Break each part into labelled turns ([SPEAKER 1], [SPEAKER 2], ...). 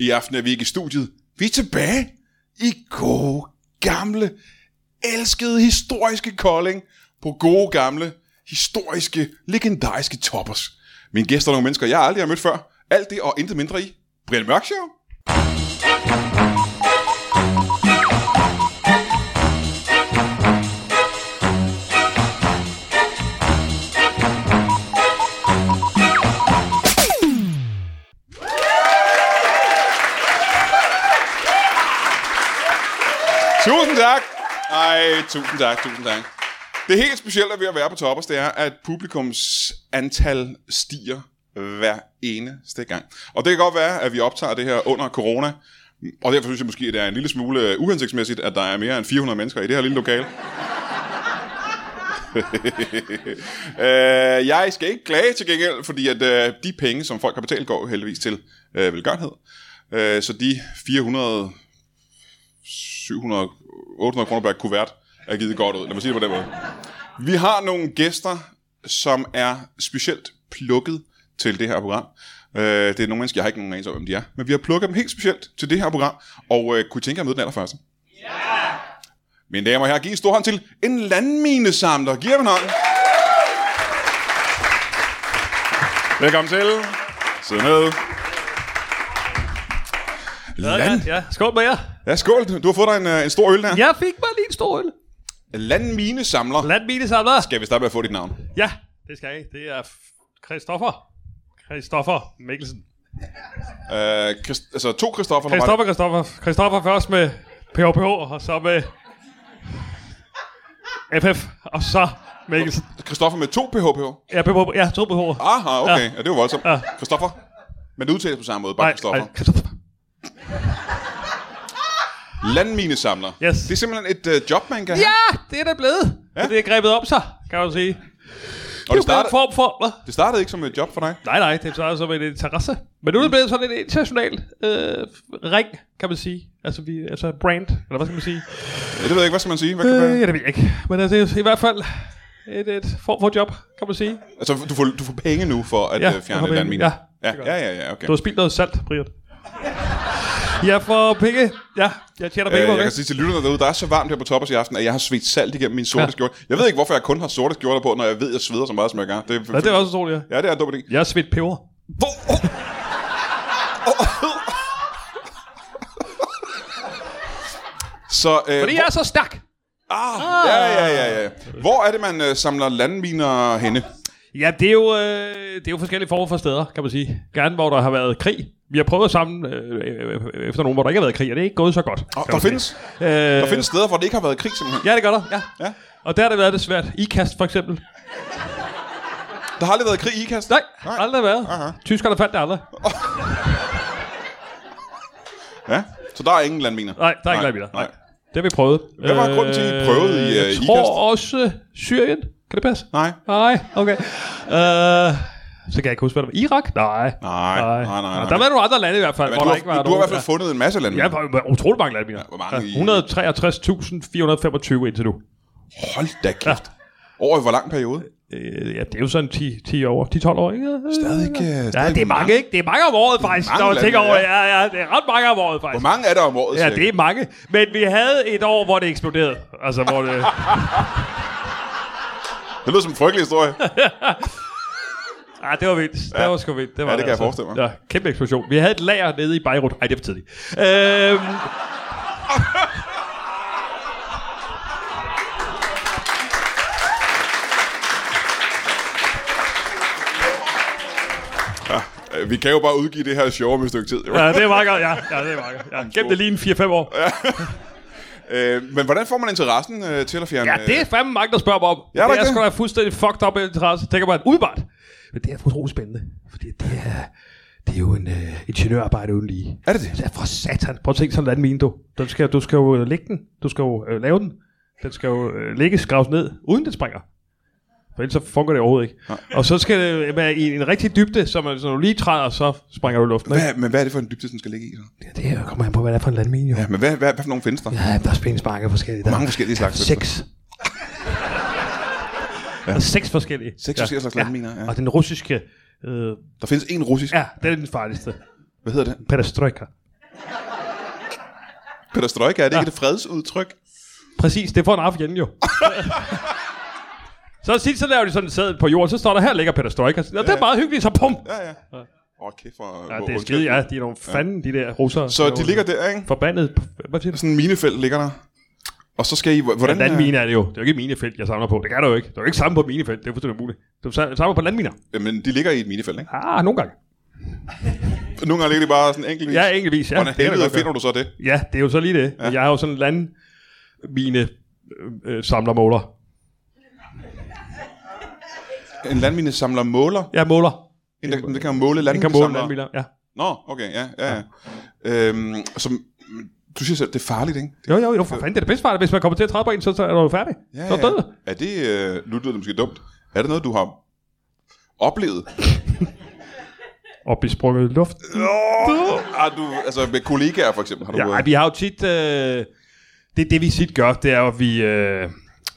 [SPEAKER 1] I aften er vi ikke i studiet. Vi er tilbage i gode, gamle, elskede, historiske Kolding på gode, gamle, historiske, legendariske toppers. Mine gæster er nogle mennesker, jeg aldrig har mødt før. Alt det og intet mindre i Brian Mørk Show. Tusind tak. Ej, tusind tak, tusind tak. Det helt specielle ved at være på Toppers, det er, at publikums antal stiger hver eneste gang. Og det kan godt være, at vi optager det her under corona, og derfor synes jeg måske, at det er en lille smule uhensigtsmæssigt, at der er mere end 400 mennesker i det her lille lokale. øh, jeg skal ikke klage til gengæld, fordi at øh, de penge, som folk har betalt, går jo heldigvis til øh, velgørenhed. Øh, så de 400 700, 800 kroner per kuvert er givet godt ud. Lad mig sige det på den måde. Vi har nogle gæster, som er specielt plukket til det her program. Øh, det er nogle mennesker, jeg har ikke nogen anelse om, hvem de er. Men vi har plukket dem helt specielt til det her program. Og øh, kunne I tænke jer at møde den allerførste? Ja! Mine damer og herrer, giv en stor hånd til en landminesamler. Giv ham en hånd. Velkommen til. Sid ned. Land.
[SPEAKER 2] Ja, skål med jer.
[SPEAKER 1] Ja, skål. Du har fået dig en, øh, en stor øl der.
[SPEAKER 2] Jeg fik bare lige en stor øl.
[SPEAKER 1] Landminesamler.
[SPEAKER 2] Landmine samler.
[SPEAKER 1] Skal vi starte med at få dit navn?
[SPEAKER 2] Ja, det skal jeg. Det er F- Christoffer. Christoffer Mikkelsen.
[SPEAKER 1] Øh, Christ- altså to Christoffer.
[SPEAKER 2] Christoffer, Christoffer. Christoffer først med PHPH, og så med FF, og så Mikkelsen.
[SPEAKER 1] Christoffer med to PHP.
[SPEAKER 2] Ja, PHPH. Ja, to PHPH.
[SPEAKER 1] Aha, okay. Ja. ja det var voldsomt.
[SPEAKER 2] Ja.
[SPEAKER 1] Christoffer. Men det udtales på samme måde, bare
[SPEAKER 2] Nej,
[SPEAKER 1] Christoffer.
[SPEAKER 2] nej, Christoffer.
[SPEAKER 1] Landminesamler.
[SPEAKER 2] Yes.
[SPEAKER 1] Det er simpelthen et øh, job, man kan have.
[SPEAKER 2] Ja, det er det blevet. Ja. Det er grebet op sig, kan man sige.
[SPEAKER 1] Og
[SPEAKER 2] Det
[SPEAKER 1] det,
[SPEAKER 2] er jo en
[SPEAKER 1] startede,
[SPEAKER 2] form for... Hvad?
[SPEAKER 1] det startede ikke som et job for dig.
[SPEAKER 2] Nej, nej, det startede som en interesse. Men nu er det blevet sådan en international øh, ring, kan man sige. Altså, vi, altså brand, eller hvad skal man sige?
[SPEAKER 1] Ja, det ved jeg ikke, hvad skal man sige? Hvad kan
[SPEAKER 2] Øh,
[SPEAKER 1] øh,
[SPEAKER 2] ja, det ved jeg ikke. Men altså, det er i hvert fald et, et form for job, kan man sige.
[SPEAKER 1] Altså, du får, du får penge nu for at
[SPEAKER 2] Ja,
[SPEAKER 1] ja,
[SPEAKER 2] jeg får
[SPEAKER 1] fjerne
[SPEAKER 2] penge.
[SPEAKER 1] landmine.
[SPEAKER 2] Ja,
[SPEAKER 1] ja,
[SPEAKER 2] det gør
[SPEAKER 1] ja, ja, ja, okay.
[SPEAKER 2] Du har spildt noget salt, Brian. Jeg får penge. Ja, jeg tjener
[SPEAKER 1] Øh,
[SPEAKER 2] penge på
[SPEAKER 1] jeg kan
[SPEAKER 2] det.
[SPEAKER 1] sige til lytterne derude, der er så varmt her på toppen i aften, at jeg har svedt salt igennem min sorte ja.
[SPEAKER 2] Ja.
[SPEAKER 1] skjorte. Jeg ved ikke, hvorfor jeg kun har sorte skjorter på, når jeg ved, at jeg sveder så meget, som jeg gør. Det,
[SPEAKER 2] Ja, det er også utroligt, ja.
[SPEAKER 1] Ja, det er en dum idé.
[SPEAKER 2] Jeg har svedt peber.
[SPEAKER 1] Hvor? Oh. Så, øh,
[SPEAKER 2] Fordi jeg Ah! er så stærk.
[SPEAKER 1] hvor, ja, ja, ja, ja. Hvor er det, man øh, samler landminer henne?
[SPEAKER 2] Ja, det er, jo, øh, det er jo forskellige former for steder, kan man sige. Gerne, hvor der har været krig. Vi har prøvet sammen øh, øh, efter nogen, hvor der ikke har været krig, og det er ikke gået så godt.
[SPEAKER 1] Oh,
[SPEAKER 2] kan
[SPEAKER 1] der,
[SPEAKER 2] man sige.
[SPEAKER 1] findes,
[SPEAKER 2] Øh,
[SPEAKER 1] der findes steder, hvor det ikke har været krig, simpelthen.
[SPEAKER 2] Ja, det gør der, ja.
[SPEAKER 1] Ja.
[SPEAKER 2] Og der har det været det svært. Ikast for eksempel.
[SPEAKER 1] Der har aldrig været krig i Ikast.
[SPEAKER 2] Nej, Nej. aldrig været.
[SPEAKER 1] Aha.
[SPEAKER 2] Tyskerne fandt det aldrig.
[SPEAKER 1] Ja, så der er ingen landminer.
[SPEAKER 2] Nej, der er ikke lejligheder.
[SPEAKER 1] Nej.
[SPEAKER 2] Det har vi prøvet.
[SPEAKER 1] Hvad var grunden til, at I prøvede i, øh,
[SPEAKER 2] Jeg
[SPEAKER 1] Ikast?
[SPEAKER 2] tror også øh, Syrien. Kan det passe?
[SPEAKER 1] Nej.
[SPEAKER 2] Nej, okay. Øh, så kan jeg ikke huske, hvad det var. Irak? Nej.
[SPEAKER 1] Nej, nej, nej, nej.
[SPEAKER 2] Der var nogle andre lande i hvert fald,
[SPEAKER 1] Men
[SPEAKER 2] hvor
[SPEAKER 1] du,
[SPEAKER 2] der
[SPEAKER 1] har,
[SPEAKER 2] ikke var
[SPEAKER 1] du har i hvert fald fundet en masse landminer.
[SPEAKER 2] Ja, der var utrolig mange lande. Ja,
[SPEAKER 1] hvor mange i-
[SPEAKER 2] 163.425 indtil nu.
[SPEAKER 1] Hold da kæft. Over i hvor lang periode?
[SPEAKER 2] Øh, ja, det er jo sådan 10, 10 år, 10-12 år, ikke? Øh,
[SPEAKER 1] Stadig, øh,
[SPEAKER 2] Ja,
[SPEAKER 1] stadig
[SPEAKER 2] det er mange, ikke? Det er mange om året, faktisk.
[SPEAKER 1] mange
[SPEAKER 2] Når jeg tænker
[SPEAKER 1] lande,
[SPEAKER 2] over, ja, ja, det er ret mange om året, faktisk.
[SPEAKER 1] Hvor mange er der om året?
[SPEAKER 2] Ja,
[SPEAKER 1] cirka?
[SPEAKER 2] det er mange. Men vi havde et år, hvor det eksploderede. Altså, hvor det...
[SPEAKER 1] det lyder som en frygtelig historie.
[SPEAKER 2] Ah, det var vildt. Ja. Det var sgu vildt. Det var
[SPEAKER 1] Ja, det kan jeg forestille mig.
[SPEAKER 2] Ja, kæmpe eksplosion. Vi havde et lager nede i Beirut. Ej, det er for tidligt. Øhm,
[SPEAKER 1] Øh, Vi kan jo bare udgive det her show om et stykke tid. Jo.
[SPEAKER 2] ja, det er meget godt. Ja, ja det er meget godt. Ja, gem det lige en 4-5 år.
[SPEAKER 1] Øh, men hvordan får man interessen øh, til at fjerne...
[SPEAKER 2] Ja, det er fandme mange, der spørger mig om.
[SPEAKER 1] Ja, der er
[SPEAKER 2] det er
[SPEAKER 1] det.
[SPEAKER 2] sgu da fuldstændig fucked up interesse, tænker man. Udebart. Men det er utrolig spændende. Fordi det er, det er jo en øh, ingeniørarbejde uden lige.
[SPEAKER 1] øh, Er det det?
[SPEAKER 2] Ja, for satan. Prøv at tænke sådan en mine, du. Den skal, du skal jo øh, lægge den. Du skal jo øh, lave den. Den skal jo øh, lægges, graves ned, uden den springer. For ellers så fungerer det overhovedet ikke. Nej. Og så skal det øh, være i en rigtig dybde, så man, så du lige træder, så springer du i luften. Ikke?
[SPEAKER 1] Hvad, men hvad er det for en dybde, den skal ligge i? Så?
[SPEAKER 2] Ja, det her kommer an på, hvad det er for en landmine, jo.
[SPEAKER 1] Ja,
[SPEAKER 2] Ja,
[SPEAKER 1] men hvad, hvad, hvad for nogle findes der?
[SPEAKER 2] ja der er spændingsbanker forskellige. Der
[SPEAKER 1] Hvor
[SPEAKER 2] er
[SPEAKER 1] mange forskellige slags? findes der?
[SPEAKER 2] Seks. ja. Der er seks forskellige.
[SPEAKER 1] Seks forskellige slags landminer, ja.
[SPEAKER 2] Og den russiske, øh,
[SPEAKER 1] Der findes en russisk.
[SPEAKER 2] ja, den er den farligste.
[SPEAKER 1] Hvad hedder det?
[SPEAKER 2] Perestroika.
[SPEAKER 1] Perestroika, er det ikke et fredsudtryk?
[SPEAKER 2] Præcis, det får en af igen jo. så sidst så laver de sådan en sæd på jorden, så står der, her ligger perestroika. Og det er meget hyggeligt, så pum.
[SPEAKER 1] Ja, ja. Åh, oh, kæft for...
[SPEAKER 2] Ja, det er skide, ja. De er nogle fanden, de der russere.
[SPEAKER 1] Så de ligger der, ikke?
[SPEAKER 2] Forbandet. Hvad siger du?
[SPEAKER 1] Sådan en minefelt ligger der. Og så skal I... Hvordan...
[SPEAKER 2] Hvordan, ja,
[SPEAKER 1] øh,
[SPEAKER 2] landminer er det jo. Det er jo ikke et minefelt, jeg samler på. Det kan du jo ikke. Du er jo ikke samlet på et minefelt. Det er fuldstændig umuligt. Du sa- samler på landminer.
[SPEAKER 1] Jamen, de ligger i et minefelt, ikke?
[SPEAKER 2] Ah, nogle gange.
[SPEAKER 1] Nogle gange ligger de bare sådan enkelt.
[SPEAKER 2] Ja, enkeltvis. Ja,
[SPEAKER 1] Hvordan
[SPEAKER 2] det kan jeg
[SPEAKER 1] helvede
[SPEAKER 2] godt gøre.
[SPEAKER 1] finder du så det?
[SPEAKER 2] Ja, det er jo så lige det. Ja. Jeg har jo sådan en landmine øh, øh, samler måler.
[SPEAKER 1] En landmine samler måler.
[SPEAKER 2] Ja, måler.
[SPEAKER 1] En, der, der kan måle
[SPEAKER 2] Den
[SPEAKER 1] landmine
[SPEAKER 2] kan måle landminer. Ja.
[SPEAKER 1] Nå, okay, ja, ja, ja. Øhm, som, du siger selv, det er farligt, ikke?
[SPEAKER 2] Jo, jo, jo, for fanden, det er det bedste svar. Hvis man kommer til at træde på en, så så er du jo færdig.
[SPEAKER 1] Ja,
[SPEAKER 2] så er du død.
[SPEAKER 1] ja. Er det, øh, nu lyder det måske dumt, er det noget, du har oplevet?
[SPEAKER 2] Og blive sprunget i luft.
[SPEAKER 1] Oh, ah, du, altså med kollegaer for eksempel, har du...
[SPEAKER 2] Ja, ej, vi har jo tit... Øh, det, det vi tit gør, det er jo, at vi... Øh,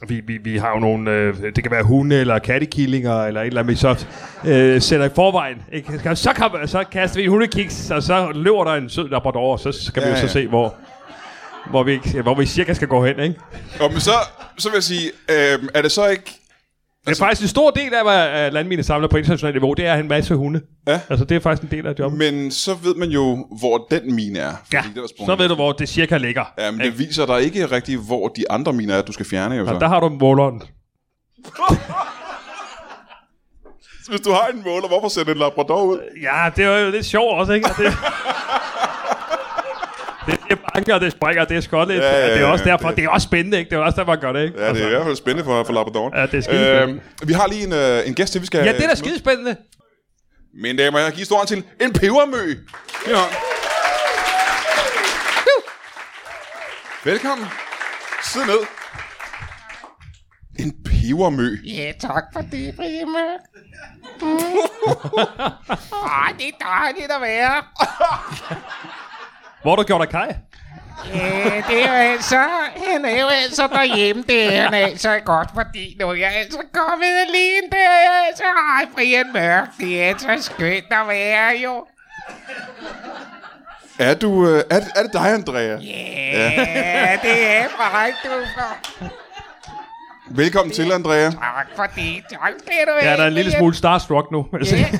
[SPEAKER 2] vi, vi, vi har jo nogle, øh, det kan være hunde eller kattekillinger eller et eller andet, vi så øh, sætter i forvejen. Ikke? Så- Så, kan, så kaster vi en hundekiks, og så løber der en sød labrador, og så skal ja, vi
[SPEAKER 1] Ja,
[SPEAKER 2] jo så
[SPEAKER 1] ja.
[SPEAKER 2] ja. se, hvor, hvor, vi, ikke- hvor vi cirka skal gå hen. Ikke?
[SPEAKER 1] Og men så, så vil jeg sige, øh, er det så ikke...
[SPEAKER 2] Det er
[SPEAKER 1] Altså-
[SPEAKER 2] faktisk en stor del af, hvad øh, landmine samler på internationalt niveau, det er en masse hunde.
[SPEAKER 1] Ja.
[SPEAKER 2] Altså det er faktisk en del af jobbet.
[SPEAKER 1] Men så ved man jo, hvor den mine er. Fordi
[SPEAKER 2] Ja,
[SPEAKER 1] der var sprunget.
[SPEAKER 2] så ved du, hvor det cirka ligger.
[SPEAKER 1] Ja, men det viser dig ikke rigtig, hvor de andre miner er, du skal fjerne. Jo, så.
[SPEAKER 2] Og der har du måleren.
[SPEAKER 1] Hvis du har en måler, hvorfor sende en labrador ud?
[SPEAKER 2] Ja, det er jo lidt sjovt også, ikke? Og Det, det er banker, det springer, det er skot lidt.
[SPEAKER 1] Ja,
[SPEAKER 2] Ja,
[SPEAKER 1] ja,
[SPEAKER 2] ja, det er også
[SPEAKER 1] ja,
[SPEAKER 2] derfor,
[SPEAKER 1] det-
[SPEAKER 2] det... det er også spændende, ikke? Det er jo også derfor, man gør det, ikke?
[SPEAKER 1] Ja, det er i hvert fald spændende for, for labradoren.
[SPEAKER 2] Ja, det er skidespændende.
[SPEAKER 1] vi har lige en, øh, en gæst til, vi skal...
[SPEAKER 2] ja det er da skidespændende.
[SPEAKER 1] Men damer, jeg giver historien til en pebermø. Giv en hånd. Velkommen. Sid ned. En pebermø.
[SPEAKER 3] Ja, tak for det, Rime. Mm. Ej, det er dejligt at være.
[SPEAKER 2] Hvor har du gjort dig kaj?
[SPEAKER 3] Ja, det er jo altså, han er jo altså derhjemme, det er han altså godt, fordi nu er jeg altså kommet alene, det er jeg altså, ej, Brian Mørk, det er altså skønt at være jo.
[SPEAKER 1] Er, du, øh, er, er det dig, Andrea? Yeah.
[SPEAKER 3] Ja, det er mig, du for.
[SPEAKER 1] Velkommen til, Andrea.
[SPEAKER 3] Tak for det, tak skal du
[SPEAKER 2] Ja,
[SPEAKER 3] have,
[SPEAKER 2] der er en lille
[SPEAKER 3] Brian.
[SPEAKER 2] smule starstruck nu. Altså.
[SPEAKER 3] Ja.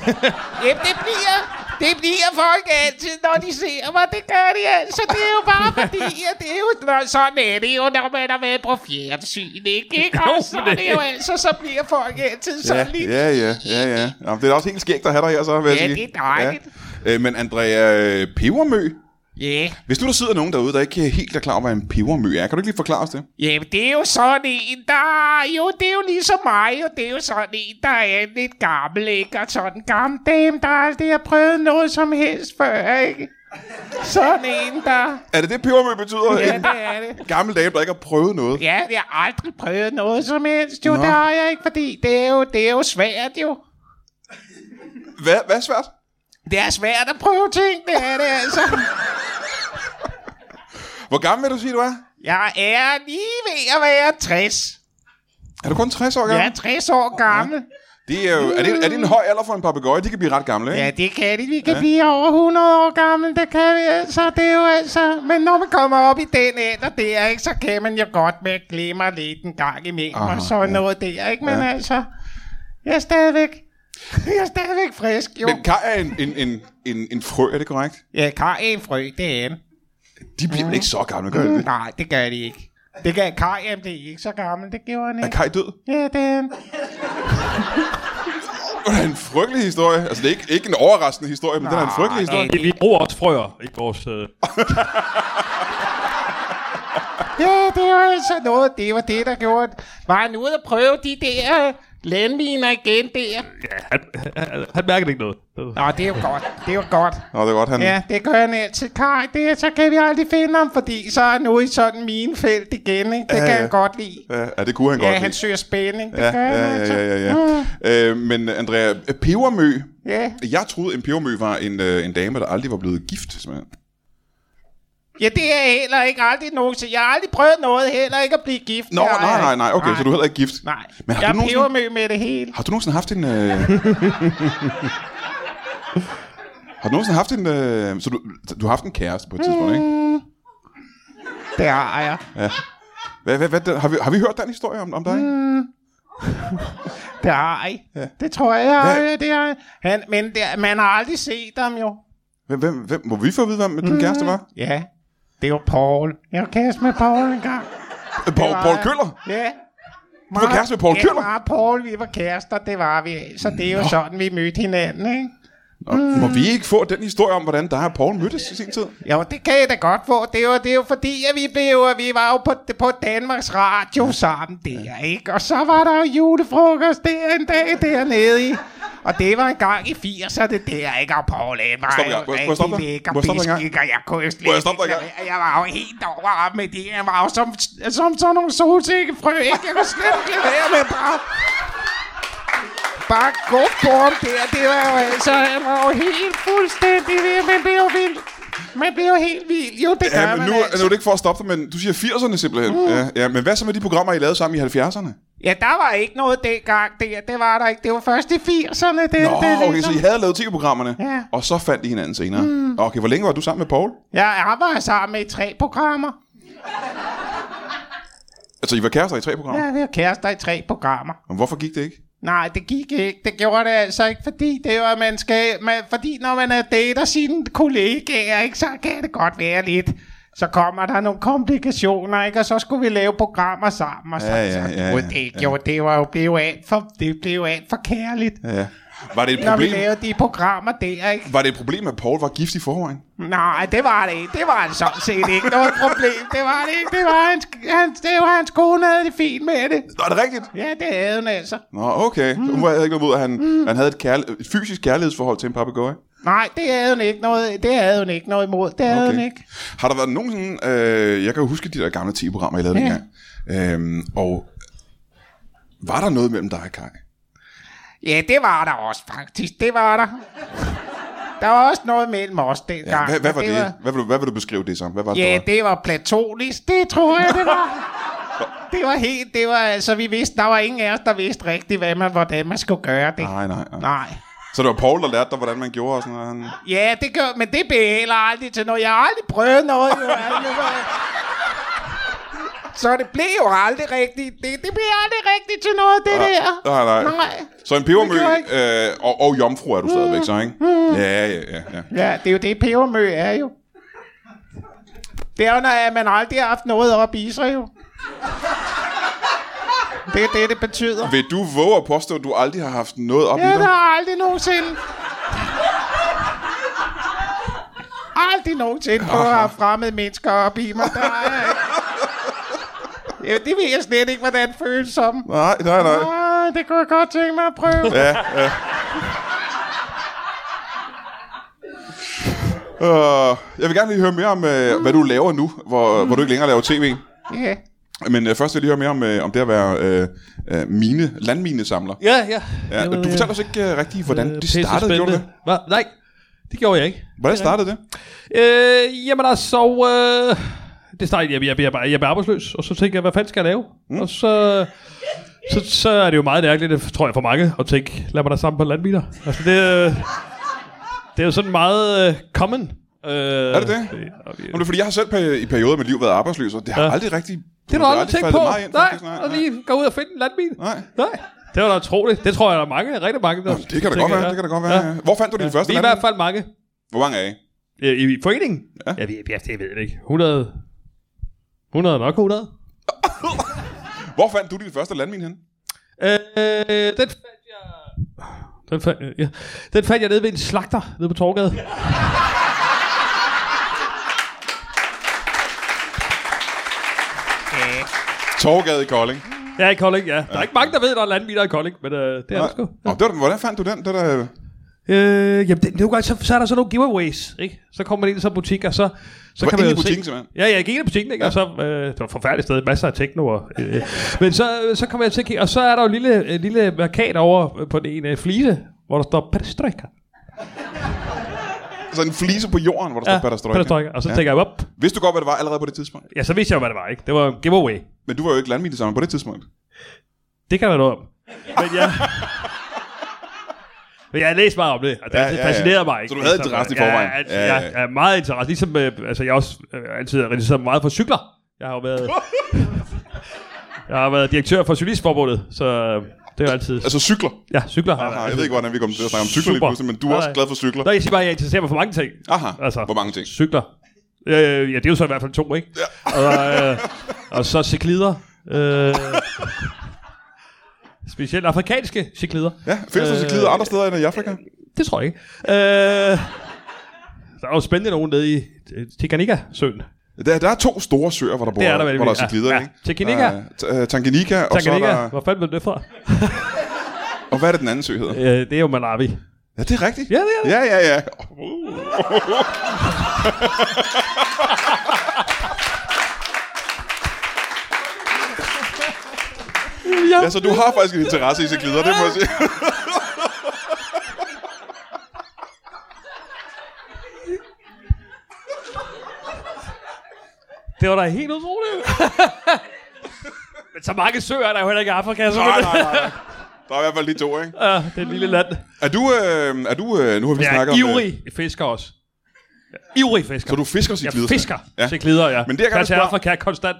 [SPEAKER 3] Jamen, det bliver, det bliver folk altid, når de ser mig. Det gør de altså. Det er jo bare fordi, at det er jo, når, sådan er det jo, når man har været på fjernsyn, ikke? ikke?
[SPEAKER 2] Jo,
[SPEAKER 3] Og så er
[SPEAKER 2] men-
[SPEAKER 3] det jo altså, så bliver folk altid
[SPEAKER 1] Ja,
[SPEAKER 3] sådan lidt.
[SPEAKER 1] ja, ja, ja, ja. Nå, det er da også helt skægt at have dig her, så vil
[SPEAKER 3] Ja,
[SPEAKER 1] jeg sige.
[SPEAKER 3] det er dejligt.
[SPEAKER 1] Ja. Øh, men Andrea, øh, pebermø.
[SPEAKER 3] Ja,
[SPEAKER 1] Hvis nu der sidder nogen derude, der ikke øh, helt er klar over, hvad en pebermø er, kan du ikke lige forklare os det?
[SPEAKER 3] jamen, det er jo sådan en, der... Jo, det er jo ligesom mig, jo. Det er jo sådan en, der er lidt gammel, ikke? Og sådan en gammel dame, der aldrig har prøvet noget som helst før, ikke? Sådan en, der...
[SPEAKER 1] Er det det, pebermø betyder?
[SPEAKER 3] Ja,
[SPEAKER 1] En
[SPEAKER 3] det er det.
[SPEAKER 1] gammel dame, der ikke har prøvet noget.
[SPEAKER 3] Ja, jeg har aldrig prøvet noget som helst, jo,
[SPEAKER 1] Nå.
[SPEAKER 3] det har jeg ikke, fordi det er jo, det er jo svært, jo.
[SPEAKER 1] Hvad, hvad er svært?
[SPEAKER 3] Det er svært at prøve ting, det er det altså.
[SPEAKER 1] Hvor gammel vil du sige, du er?
[SPEAKER 3] Jeg er lige ved at være 60.
[SPEAKER 1] Er du kun 60 år gammel?
[SPEAKER 3] Jeg er 60 år gammel.
[SPEAKER 1] Det er, jo, er, det, er det en høj alder for en papegøje? De kan blive ret gamle, ikke?
[SPEAKER 3] Ja, det kan det. Vi kan blive over 100 år gammel, det kan vi altså, det er jo altså. Men når man kommer op i den alder der, ikke, så kan man jo godt med at glemme lidt en gang imellem
[SPEAKER 1] Aha,
[SPEAKER 3] Aha, og sådan
[SPEAKER 1] ja.
[SPEAKER 3] ja. noget der, ikke? Men ja. altså, jeg er stadigvæk, jeg er stadigvæk frisk, jo.
[SPEAKER 1] Men kaj er en, en, en, en, en frø, er det korrekt?
[SPEAKER 3] Ja, kar er en frø, det er en.
[SPEAKER 1] De bliver mm. ikke så gamle, gør de det?
[SPEAKER 3] Nej, det gør de ikke. Det gør Kaj, jamen det er ikke så gammel, det gjorde han
[SPEAKER 1] Er
[SPEAKER 3] ikke.
[SPEAKER 1] kaj død?
[SPEAKER 3] Ja, det er han.
[SPEAKER 1] Det er en frygtelig historie. Altså, det er ikke, ikke en overraskende historie, men det er en frygtelig historie.
[SPEAKER 2] Vi vi bruger også frøer i vores... Øh.
[SPEAKER 3] Ja, det var altså noget, det var det, der gjorde, at- var han ude at prøve de der Landminer igen der.
[SPEAKER 2] Ja, han, han, han mærker ikke noget.
[SPEAKER 3] Nå, det er jo godt. Det er jo godt.
[SPEAKER 1] Nå, det er godt, han...
[SPEAKER 3] Ja, det gør han altid. Kaj, det, så kan vi aldrig finde ham, fordi så er han ude i sådan minefelt igen. Ikke? Det
[SPEAKER 1] Ja,
[SPEAKER 3] kan
[SPEAKER 1] ja.
[SPEAKER 3] han godt lide.
[SPEAKER 1] Ja, ja, det kunne han
[SPEAKER 3] Ja,
[SPEAKER 1] godt
[SPEAKER 3] han
[SPEAKER 1] lide.
[SPEAKER 3] søger spænding. Det
[SPEAKER 1] Ja,
[SPEAKER 3] gør han
[SPEAKER 1] ja,
[SPEAKER 3] altså.
[SPEAKER 1] ja, ja, ja. Øh, men Andrea, pebermø.
[SPEAKER 3] ja.
[SPEAKER 1] Jeg troede, en pebermø var en, øh, en dame, der aldrig var blevet gift, simpelthen.
[SPEAKER 3] Ja, det er jeg heller ikke aldrig nogensinde. Jeg har aldrig prøvet noget, heller ikke at blive gift.
[SPEAKER 1] Nå,
[SPEAKER 3] Det har
[SPEAKER 1] nej,
[SPEAKER 3] jeg
[SPEAKER 1] nej,
[SPEAKER 3] ikke.
[SPEAKER 1] nej, okay, så du er heller ikke gift.
[SPEAKER 3] Nej,
[SPEAKER 1] Men har
[SPEAKER 3] jeg
[SPEAKER 1] du nogensinde-
[SPEAKER 3] pebermø med det hele.
[SPEAKER 1] Har du nogensinde haft en... Øh... har du nogensinde haft en... Øh... Så du, du har haft en kæreste på et tidspunkt, ikke?
[SPEAKER 3] Det har jeg.
[SPEAKER 1] Hvad, hvad, hvad, har, vi, har vi hørt den historie om, om dig? Mm.
[SPEAKER 3] Det har jeg. Ja. Det tror jeg, jeg
[SPEAKER 1] Hvad?
[SPEAKER 3] har. Det har jeg. Han, men det, man har aldrig set ham jo.
[SPEAKER 1] Hvem, hvem, hvem, må vi få at vide, hvem din kæreste var?
[SPEAKER 3] Ja, det var Paul. Jeg var kæreste med Paul en gang.
[SPEAKER 1] Øh, Paul,
[SPEAKER 3] var
[SPEAKER 1] Paul
[SPEAKER 3] jeg.
[SPEAKER 1] Køller?
[SPEAKER 3] Ja. Du
[SPEAKER 1] var kæreste med Poul
[SPEAKER 3] ja,
[SPEAKER 1] Kjøller?
[SPEAKER 3] Ja, Paul, vi var kærester, det var vi. Så det er jo Nå. sådan, vi mødte hinanden, ikke?
[SPEAKER 1] Nå, Må vi ikke få den historie om, hvordan dig og Paul mødtes i sin tid?
[SPEAKER 3] Jo, det kan jeg da godt få. Det er jo, det er jo fordi, at vi, blev, at vi var jo på, på Danmarks Radio sammen der, ikke? Og så var der jo julefrokost der en dag dernede i. Og det var en gang i 80'erne der, ikke? Og Paul han var
[SPEAKER 1] Stop en
[SPEAKER 3] jo
[SPEAKER 1] gang. Må jeg- må jeg stoppe dig?
[SPEAKER 3] lækker
[SPEAKER 1] Må jeg stoppe dig en gang?
[SPEAKER 3] bisk, ikke? Og jeg kunne jo slet
[SPEAKER 1] Må jeg stoppe dig en
[SPEAKER 3] ikke lade være. Jeg var jo helt over ham med det. Jeg var jo som, som sådan nogle solsikkefrø, ikke? Jeg kunne slet ikke lade være med bare... Bare gå på ham der. Det var jo altså... Han var jo helt fuldstændig vild. Man blev jo vild. Man blev jo helt vild. Jo, det gør
[SPEAKER 1] Ja, men
[SPEAKER 3] man
[SPEAKER 1] nu,
[SPEAKER 3] altså.
[SPEAKER 1] nu er det ikke for at stoppe dig, men du siger 80'erne simpelthen. Mm. Ja, ja, men hvad så med de programmer, I lavede sammen i 70'erne?
[SPEAKER 3] Ja, der var ikke noget dengang der. Det var der ikke. Det var først i 80'erne. Det,
[SPEAKER 1] Nå,
[SPEAKER 3] det, ligesom-
[SPEAKER 1] okay, så I havde lavet tv-programmerne,
[SPEAKER 3] Ja.
[SPEAKER 1] og så fandt I hinanden senere. Mm. Okay, hvor længe var du sammen med Paul?
[SPEAKER 3] Ja, jeg var sammen med i tre programmer.
[SPEAKER 1] Altså, I var kærester i tre programmer?
[SPEAKER 3] Ja, vi var kærester i tre programmer.
[SPEAKER 1] Men hvorfor gik det ikke?
[SPEAKER 3] Nej, det gik ikke. Det gjorde det altså ikke, fordi det var, man skal... Man, fordi når man er dater sine kollegaer, ikke, så kan det godt være lidt. Så kommer der nogle komplikationer, ikke? Og så skulle vi lave programmer sammen. Og så,
[SPEAKER 1] Ja, ja,
[SPEAKER 3] så,
[SPEAKER 1] ja,
[SPEAKER 3] gjorde
[SPEAKER 1] ja,
[SPEAKER 3] det, ikke, jo, det var jo blevet alt for, det blev alt for kærligt,
[SPEAKER 1] Ja. Var det et
[SPEAKER 3] når vi
[SPEAKER 1] problem?
[SPEAKER 3] lavede de programmer der, ikke?
[SPEAKER 1] Var det et problem, at Paul var gift i forvejen?
[SPEAKER 3] Nej, det var det ikke. Det var det sådan set ikke noget problem. Det var det ikke. Det var hans, hans, det var hans kone, havde det fint med det.
[SPEAKER 1] Nå, er det rigtigt?
[SPEAKER 3] Ja, det havde hun altså.
[SPEAKER 1] Nå, okay. Mm. Så hun havde ikke noget ud, at han, mm. han havde et, kærl- et fysisk kærlighedsforhold til en papegøje.
[SPEAKER 3] Nej, det havde hun ikke noget, det havde hun ikke noget imod. Det havde okay. hun ikke.
[SPEAKER 1] Har der været nogen sådan... Øh, jeg kan jo huske de der gamle TV-programmer, I lavede ja.
[SPEAKER 3] Ja.
[SPEAKER 1] dengang. Øhm, og var der noget mellem dig og Kai?
[SPEAKER 3] Ja, det var der også faktisk. Det var der. Der var også noget mellem os dengang.
[SPEAKER 1] Ja, hvad, hvad,
[SPEAKER 3] men
[SPEAKER 1] var det? Hvad, vil du, hvad vil du beskrive det som? Hvad var det,
[SPEAKER 3] Ja,
[SPEAKER 1] der var?
[SPEAKER 3] det var platonisk. Det tror jeg, det var. Det var helt, det var altså, vi vidste, der var ingen af os, der vidste rigtigt, hvad man, hvordan man skulle gøre det.
[SPEAKER 1] Nej, nej, nej.
[SPEAKER 3] Nej.
[SPEAKER 1] Så det var Paul, der lærte dig, hvordan man gjorde og sådan noget. Han...
[SPEAKER 3] Ja, det gør, men det blev heller aldrig til noget. Jeg har aldrig prøvet noget. Jo. Altså, Så det blev jo aldrig rigtigt. Det, det blev aldrig rigtigt til noget, det der.
[SPEAKER 1] Nej, Ah, nej.
[SPEAKER 3] Nej.
[SPEAKER 1] Så en pebermø
[SPEAKER 3] Det gjorde
[SPEAKER 1] øh, og, og jomfru er du stadigvæk så, ikke? Ja, ja, ja. ja.
[SPEAKER 3] Ja, det er jo det, pebermø er jo. Det er jo, når man aldrig har haft noget op i sig, jo. Det er det, det betyder.
[SPEAKER 1] Vil du våge at påstå, at du aldrig har haft noget op
[SPEAKER 3] Ja,
[SPEAKER 1] i dig?
[SPEAKER 3] der har aldrig nogensinde... Aldrig nogensinde prøvet at have fremmede mennesker op i mig. Der er... ja, det ved jeg slet ikke, hvordan føles som.
[SPEAKER 1] Nej, nej, nej.
[SPEAKER 3] Ah, det kunne jeg godt tænke mig at prøve.
[SPEAKER 1] Ja, ja. Uh, jeg vil gerne lige høre mere om, uh, hvad du laver nu, hvor, mm. hvor du ikke længere laver tv.
[SPEAKER 3] Ja.
[SPEAKER 1] Men uh, først vil jeg lige høre mere om, uh, om det at være uh, uh, mine, landminesamler.
[SPEAKER 2] Ja, øh, ja.
[SPEAKER 1] Ja, du fortalte os ikke uh, rigtigt, hvordan det startede. Gjorde du det?
[SPEAKER 2] Øh, Hva? Nej, det gjorde jeg ikke.
[SPEAKER 1] Hvordan startede det?
[SPEAKER 2] Øh, jamen altså, så... Øh, det startede, jeg, jeg, jeg, jeg, jeg blev arbejdsløs, og så tænkte jeg, hvad fanden skal jeg lave? Mm. Og så, så, så er det jo meget nærkeligt, det tror jeg for mange, at tænke, lad mig da sammen på landbiler. Altså det, øh, det er jo sådan meget øh, common. Øh, er
[SPEAKER 1] det det? Jamen, det er fordi, jeg har selv peri- i perioder af mit liv været arbejdsløs, og det har ja.
[SPEAKER 2] Ja.
[SPEAKER 1] aldrig rigtig...
[SPEAKER 2] Det har du aldrig tænkt
[SPEAKER 1] faldet
[SPEAKER 2] på.
[SPEAKER 1] mig ind,
[SPEAKER 2] nej,
[SPEAKER 1] faktisk,
[SPEAKER 2] og lige gå ud og finde en landbil.
[SPEAKER 1] Nej.
[SPEAKER 2] Nej. Det var da utroligt. Det tror jeg, der er mange, rigtig mange. Der
[SPEAKER 1] Nå, det kan da godt være, det kan da godt være. Ja. Hvor fandt du din ja. første
[SPEAKER 2] Vi er i
[SPEAKER 1] landmine?
[SPEAKER 2] hvert fald mange.
[SPEAKER 1] Hvor mange af? jer?
[SPEAKER 2] Øh, I, i foreningen?
[SPEAKER 1] Ja.
[SPEAKER 2] ja vi, ja, det ved jeg ikke. 100... 100 nok 100.
[SPEAKER 1] Hvor fandt du din første landmine hen?
[SPEAKER 2] Øh, den fandt jeg... Den fandt, øh, ja. den fandt jeg nede ved en slagter nede på Torgade.
[SPEAKER 1] Torgade i Kolding.
[SPEAKER 2] Ja, i Kolding, ja. Der er ikke mange, der ved, at der er landminer i Kolding, men øh, det er der sgu.
[SPEAKER 1] Nå, det var, hvordan fandt du den? Det der,
[SPEAKER 2] Øh, jamen, det, nogle gange, så, så er der sådan nogle giveaways, ikke? Så kommer man ind i sådan en butik, og så, så
[SPEAKER 1] Du var
[SPEAKER 2] kan man
[SPEAKER 1] inde i
[SPEAKER 2] jo se-
[SPEAKER 1] butikken, simpelthen?
[SPEAKER 2] Ja, ja, jeg gik ind i butikken, ikke? Ja. Og så, øh, det var et forfærdeligt sted, masser af techno. Og, øh, men så, øh, så kom jeg til at kigge, og så er der jo en lille, en lille markat over øh, på den ene øh, flise, hvor der står perestrojka.
[SPEAKER 1] sådan en flise på jorden, hvor der ja, står Perestroika.
[SPEAKER 2] perestrojka. Og så ja. tænker jeg op,
[SPEAKER 1] Vidste du godt, hvad det var allerede på det tidspunkt?
[SPEAKER 2] ja, så vidste jeg jo, hvad det var, ikke? Det var en giveaway.
[SPEAKER 1] Men du var jo ikke landmildesammer på det tidspunkt.
[SPEAKER 2] Det kan være noget om. Men jeg... Men jeg har læst meget om det, og det
[SPEAKER 1] Ja,
[SPEAKER 2] ja,
[SPEAKER 1] ja, ja.
[SPEAKER 2] fascinerede mig. Ikke?
[SPEAKER 1] Så du havde
[SPEAKER 2] Altså,
[SPEAKER 1] interesse i
[SPEAKER 2] jeg-
[SPEAKER 1] forvejen?
[SPEAKER 2] Jeg,
[SPEAKER 1] Ja, ja, ja.
[SPEAKER 2] jeg, jeg er meget interesse. Ligesom, øh, altså, jeg er også øh, altid rigtig så meget for cykler. Jeg har jo været... jeg har været direktør for Cyklistforbundet, så øh, det er jo altid...
[SPEAKER 1] Altså cykler.
[SPEAKER 2] Ja, cykler har
[SPEAKER 1] Aha,
[SPEAKER 2] været
[SPEAKER 1] jeg ved ikke, hvordan vi kommer til at snakke om cykler lige
[SPEAKER 2] Super.
[SPEAKER 1] pludselig, men du er
[SPEAKER 2] Nej,
[SPEAKER 1] også
[SPEAKER 2] nej.
[SPEAKER 1] glad for cykler.
[SPEAKER 2] Nå, jeg siger bare, at jeg interesserer mig for mange ting.
[SPEAKER 1] Aha,
[SPEAKER 2] Altså.
[SPEAKER 1] hvor mange ting.
[SPEAKER 2] Cykler. Øh, ja, det er jo så i hvert fald to, ikke? Ja. Og, øh, og så cyklider. Øh, specielt afrikanske cyklider.
[SPEAKER 1] Ja, findes der
[SPEAKER 2] Øh,
[SPEAKER 1] cyklider andre steder end i Afrika?
[SPEAKER 2] Det tror jeg ikke. Øh, der er jo spændende nogen nede i øh, Tikanika-søen.
[SPEAKER 1] Der, der er to store søer, hvor der bor,
[SPEAKER 2] Det er der vel,
[SPEAKER 1] hvor der er
[SPEAKER 2] ja.
[SPEAKER 1] cyklider,
[SPEAKER 2] Ja.
[SPEAKER 1] ikke?
[SPEAKER 2] Tanganyika.
[SPEAKER 1] Der er, t- øh, Tanganyika, og så er
[SPEAKER 2] Tanganyika,
[SPEAKER 1] der...
[SPEAKER 2] hvor fanden blev det fra?
[SPEAKER 1] Og hvad er det, den anden sø hedder?
[SPEAKER 2] Øh, det er jo Malawi.
[SPEAKER 1] Ja, det er rigtigt.
[SPEAKER 2] Ja, det er det.
[SPEAKER 1] Ja, ja, ja.
[SPEAKER 2] Ja.
[SPEAKER 1] Ja, så du har faktisk en interesse i cyklider, det må jeg sige.
[SPEAKER 2] Det var da helt utroligt. Men så mange søer er der jo heller ikke i Afrika. Så
[SPEAKER 1] Nej, nej, nej. Der er i hvert fald lige to, ikke?
[SPEAKER 2] Ja, det er et lille land.
[SPEAKER 1] Er du, øh, er du øh, nu har vi
[SPEAKER 2] Jeg
[SPEAKER 1] snakket
[SPEAKER 2] er
[SPEAKER 1] om... øh,
[SPEAKER 2] ivrig fisker også. Ivrig fisker.
[SPEAKER 1] Så du fisker cyklider?
[SPEAKER 2] Jeg fisker
[SPEAKER 1] Ja.
[SPEAKER 2] ja. cyklider, ja.
[SPEAKER 1] Men det, jeg gerne
[SPEAKER 2] jeg til
[SPEAKER 1] vil spørge-
[SPEAKER 2] Afrika konstant.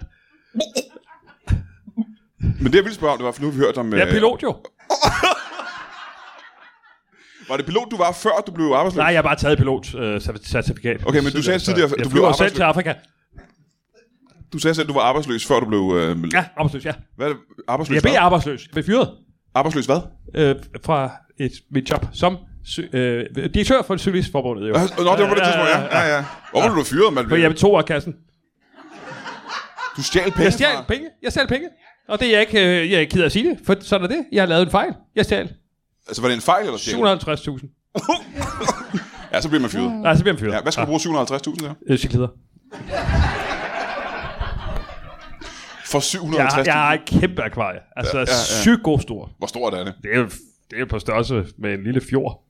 [SPEAKER 1] Men det, jeg ville spørge om, det var, for nu har vi hørt om... øh,
[SPEAKER 2] Jeg er pilot jo.
[SPEAKER 1] Var det pilot, du var, før du blev arbejdsløs?
[SPEAKER 2] Nej, jeg har bare taget øh, pilotcertifikat.
[SPEAKER 1] Okay, men du sagde tidligere, at
[SPEAKER 2] altså, jeg
[SPEAKER 1] du blev
[SPEAKER 2] flyver jo selv
[SPEAKER 1] arbejdsløs.
[SPEAKER 2] til Afrika.
[SPEAKER 1] Du sagde selv, at du var arbejdsløs, før du blev... Øh,
[SPEAKER 2] Ja, arbejdsløs, ja.
[SPEAKER 1] Hvad er det? Arbejdsløs
[SPEAKER 2] Jeg blev
[SPEAKER 1] hvad?
[SPEAKER 2] arbejdsløs. Jeg blev fyret.
[SPEAKER 1] Arbejdsløs hvad?
[SPEAKER 2] øh, fra et, mit job som sy- øh, direktør for Cyklistforbundet. Jo.
[SPEAKER 1] Nå, det var på det tidspunkt, ja. ja, ja. Hvorfor blev du fyret, mand?
[SPEAKER 2] For jeg tog af kassen.
[SPEAKER 1] Du stjal penge
[SPEAKER 2] Jeg stjal
[SPEAKER 1] fra-
[SPEAKER 2] penge. Jeg stjal penge. Og det er jeg ikke, øh, jeg er ikke ked af at sige det, for sådan er det. Jeg har lavet en fejl. Jeg stjal
[SPEAKER 1] Altså, var det en fejl, eller stjal?
[SPEAKER 2] 750.000.
[SPEAKER 1] Ja, så bliver man fyret.
[SPEAKER 2] Nej, så bliver jeg fyret.
[SPEAKER 1] Ja, hvad skal du bruge 750.000 til?
[SPEAKER 2] Øh, cykleder.
[SPEAKER 1] For
[SPEAKER 2] Jeg, har-
[SPEAKER 1] 750.000?
[SPEAKER 2] jeg har et kæmpe akvarie. Altså, ja,
[SPEAKER 1] ja,
[SPEAKER 2] ja,
[SPEAKER 1] ja.
[SPEAKER 2] ja. psykostor.
[SPEAKER 1] Hvor stort er det?
[SPEAKER 2] Det er jo det er jo på størrelse med en lille fjord.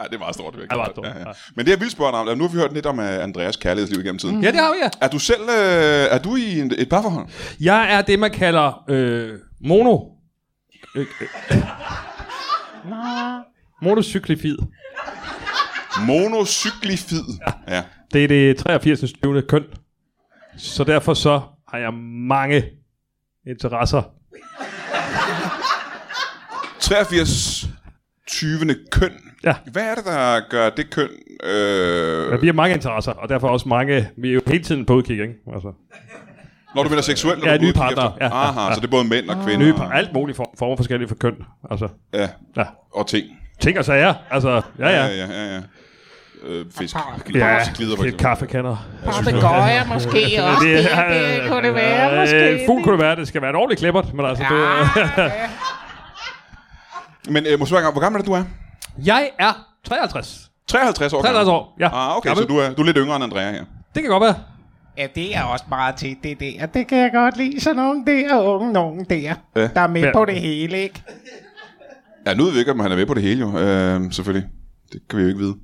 [SPEAKER 1] Ja, det er meget stort. Det
[SPEAKER 2] Ja, meget stort,
[SPEAKER 1] Ja, ja.
[SPEAKER 2] ja. Mm.
[SPEAKER 1] Men det, jeg ville spørge dig om, nu har vi hørt lidt om øh, Andreas kærlighedsliv igennem tiden.
[SPEAKER 2] Ja, det har vi, ja.
[SPEAKER 1] Er du selv, øh, er du i en, et parforhold?
[SPEAKER 2] Jeg er det, man kalder øh, mono... Øh, øh. Monocyklifid.
[SPEAKER 1] Monocyklifid. Ja. ja.
[SPEAKER 2] Det er det 83. 20. køn. Så derfor så har jeg mange interesser.
[SPEAKER 1] 83. 20. køn.
[SPEAKER 2] Ja.
[SPEAKER 1] Hvad er det, der gør det køn? Øh,
[SPEAKER 2] Men vi har mange interesser, og derfor også mange... Vi er jo hele tiden på udkig, ikke? Altså,
[SPEAKER 1] når du mener seksuelt? når du
[SPEAKER 2] Ja,
[SPEAKER 1] er
[SPEAKER 2] nye
[SPEAKER 1] ude og kigge
[SPEAKER 2] partnere.
[SPEAKER 1] efter?
[SPEAKER 2] Ja, ja,
[SPEAKER 1] Aha,
[SPEAKER 2] ja. Ah.
[SPEAKER 1] så det er både mænd og kvinder.
[SPEAKER 2] nye par, alt muligt for, former forskellige for køn. Altså,
[SPEAKER 1] Ja,
[SPEAKER 2] ja.
[SPEAKER 1] og ting.
[SPEAKER 2] Ting og sager. Altså, ja,
[SPEAKER 1] Ja,
[SPEAKER 2] ja.
[SPEAKER 1] ja, ja. ja. Øh, fisk.
[SPEAKER 2] Ja,
[SPEAKER 1] glider for
[SPEAKER 2] et
[SPEAKER 1] eksempel.
[SPEAKER 2] kaffekander.
[SPEAKER 3] Papegøjer måske også. Det, det, det kunne det være, måske.
[SPEAKER 2] En fugl kunne det være, det skal være en ordentlig klippert, men altså, det,
[SPEAKER 3] Ja,
[SPEAKER 1] Men øh, må jeg spørge, en gang, hvor gammel er det, du er?
[SPEAKER 2] Jeg er 53.
[SPEAKER 1] 53 år
[SPEAKER 2] 53
[SPEAKER 1] gammel.
[SPEAKER 2] år, ja.
[SPEAKER 1] Ah, okay,
[SPEAKER 2] Gammel.
[SPEAKER 1] så du er, du er lidt yngre end Andrea her.
[SPEAKER 2] Det kan godt være.
[SPEAKER 3] ja, det er også meget til det der. Det kan jeg godt lide. Sådan nogen der, unge nogen der,
[SPEAKER 1] Ja.
[SPEAKER 3] der er med
[SPEAKER 2] Ja.
[SPEAKER 3] på det hele, ikke?
[SPEAKER 1] Ja, nu ved vi ikke, om han er med på det hele jo, øh, selvfølgelig. Det kan vi jo ikke vide,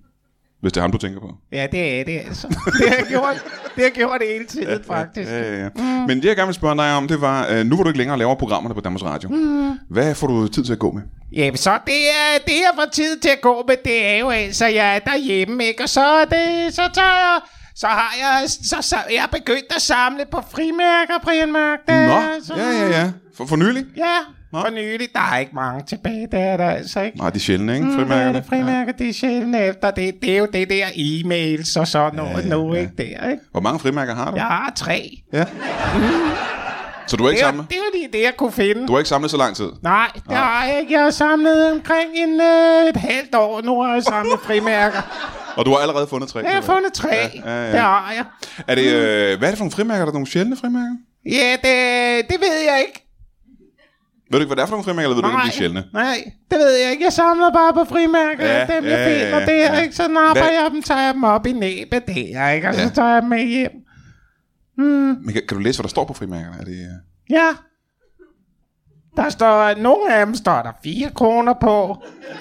[SPEAKER 1] hvis det er ham, du tænker på.
[SPEAKER 3] Ja, det er det altså. Det har jeg gjort, det har jeg gjort hele tiden, faktisk.
[SPEAKER 1] Ja, ja, ja. Mm. Men det, jeg gerne vil spørge dig om, det var, øh, nu hvor du ikke længere laver programmerne på Danmarks Radio, mm. hvad får du tid til at gå med?
[SPEAKER 3] Jamen, så det, er, det jeg får tid til at gå med, det er jo altså, jeg er derhjemme, ikke? Og så, er det, så tager jeg... Så har jeg, så, så jeg er begyndt at samle på frimærker, Brian Mark. Det er altså-
[SPEAKER 1] Nå, ja, ja, ja. For, for nylig?
[SPEAKER 3] Ja, for nylig. Der er ikke mange tilbage, der er der altså ikke.
[SPEAKER 1] Nej, de er sjældne, ikke?
[SPEAKER 3] Frimærker,
[SPEAKER 1] Frimærkerne.
[SPEAKER 3] det frimærker, det er sjældent efter. Det, det er jo det der e-mails og sådan noget ja, nu, ikke? Der, ikke?
[SPEAKER 1] Ja. Hvor mange frimærker har du?
[SPEAKER 3] Jeg har tre.
[SPEAKER 1] ja. Så du har
[SPEAKER 3] Det
[SPEAKER 1] ikke,
[SPEAKER 3] er,
[SPEAKER 1] samlet,
[SPEAKER 3] det er jo lige det, jeg kunne finde.
[SPEAKER 1] du har ikke samlet så lang tid?
[SPEAKER 3] Nej, det har jeg ikke. Jeg har samlet omkring en, øh, et halvt år nu, har jeg samlet frimærker.
[SPEAKER 1] Og du har allerede fundet tre?
[SPEAKER 3] Jeg har
[SPEAKER 1] eller hvad?
[SPEAKER 3] fundet tre.
[SPEAKER 1] Ja, ja, ja.
[SPEAKER 3] Det har jeg.
[SPEAKER 1] Er det, øh, hvad er det for nogle frimærker? Er der nogle sjældne frimærker?
[SPEAKER 3] Ja, det, det ved jeg ikke.
[SPEAKER 4] Ved du ikke, hvad det er for nogle frimærker, eller ved du ikke, om de er sjældne?
[SPEAKER 3] Nej, det ved jeg ikke. Jeg samler bare på frimærker,
[SPEAKER 4] Ja,
[SPEAKER 3] ja, dem jeg
[SPEAKER 4] ja,
[SPEAKER 3] ja, finder
[SPEAKER 4] ja,
[SPEAKER 3] der,
[SPEAKER 4] ja.
[SPEAKER 3] ikke? Så napper
[SPEAKER 4] Hvad-
[SPEAKER 3] jeg dem, tager jeg dem op i næbet der, ikke? Og ja.
[SPEAKER 4] Ja.
[SPEAKER 3] så tager jeg dem med hjem.
[SPEAKER 4] Men kan, kan, du læse, hvad der står på frimærkerne? Er det, øh,
[SPEAKER 3] Ja. Der står, nogle af dem står der 4 kroner på,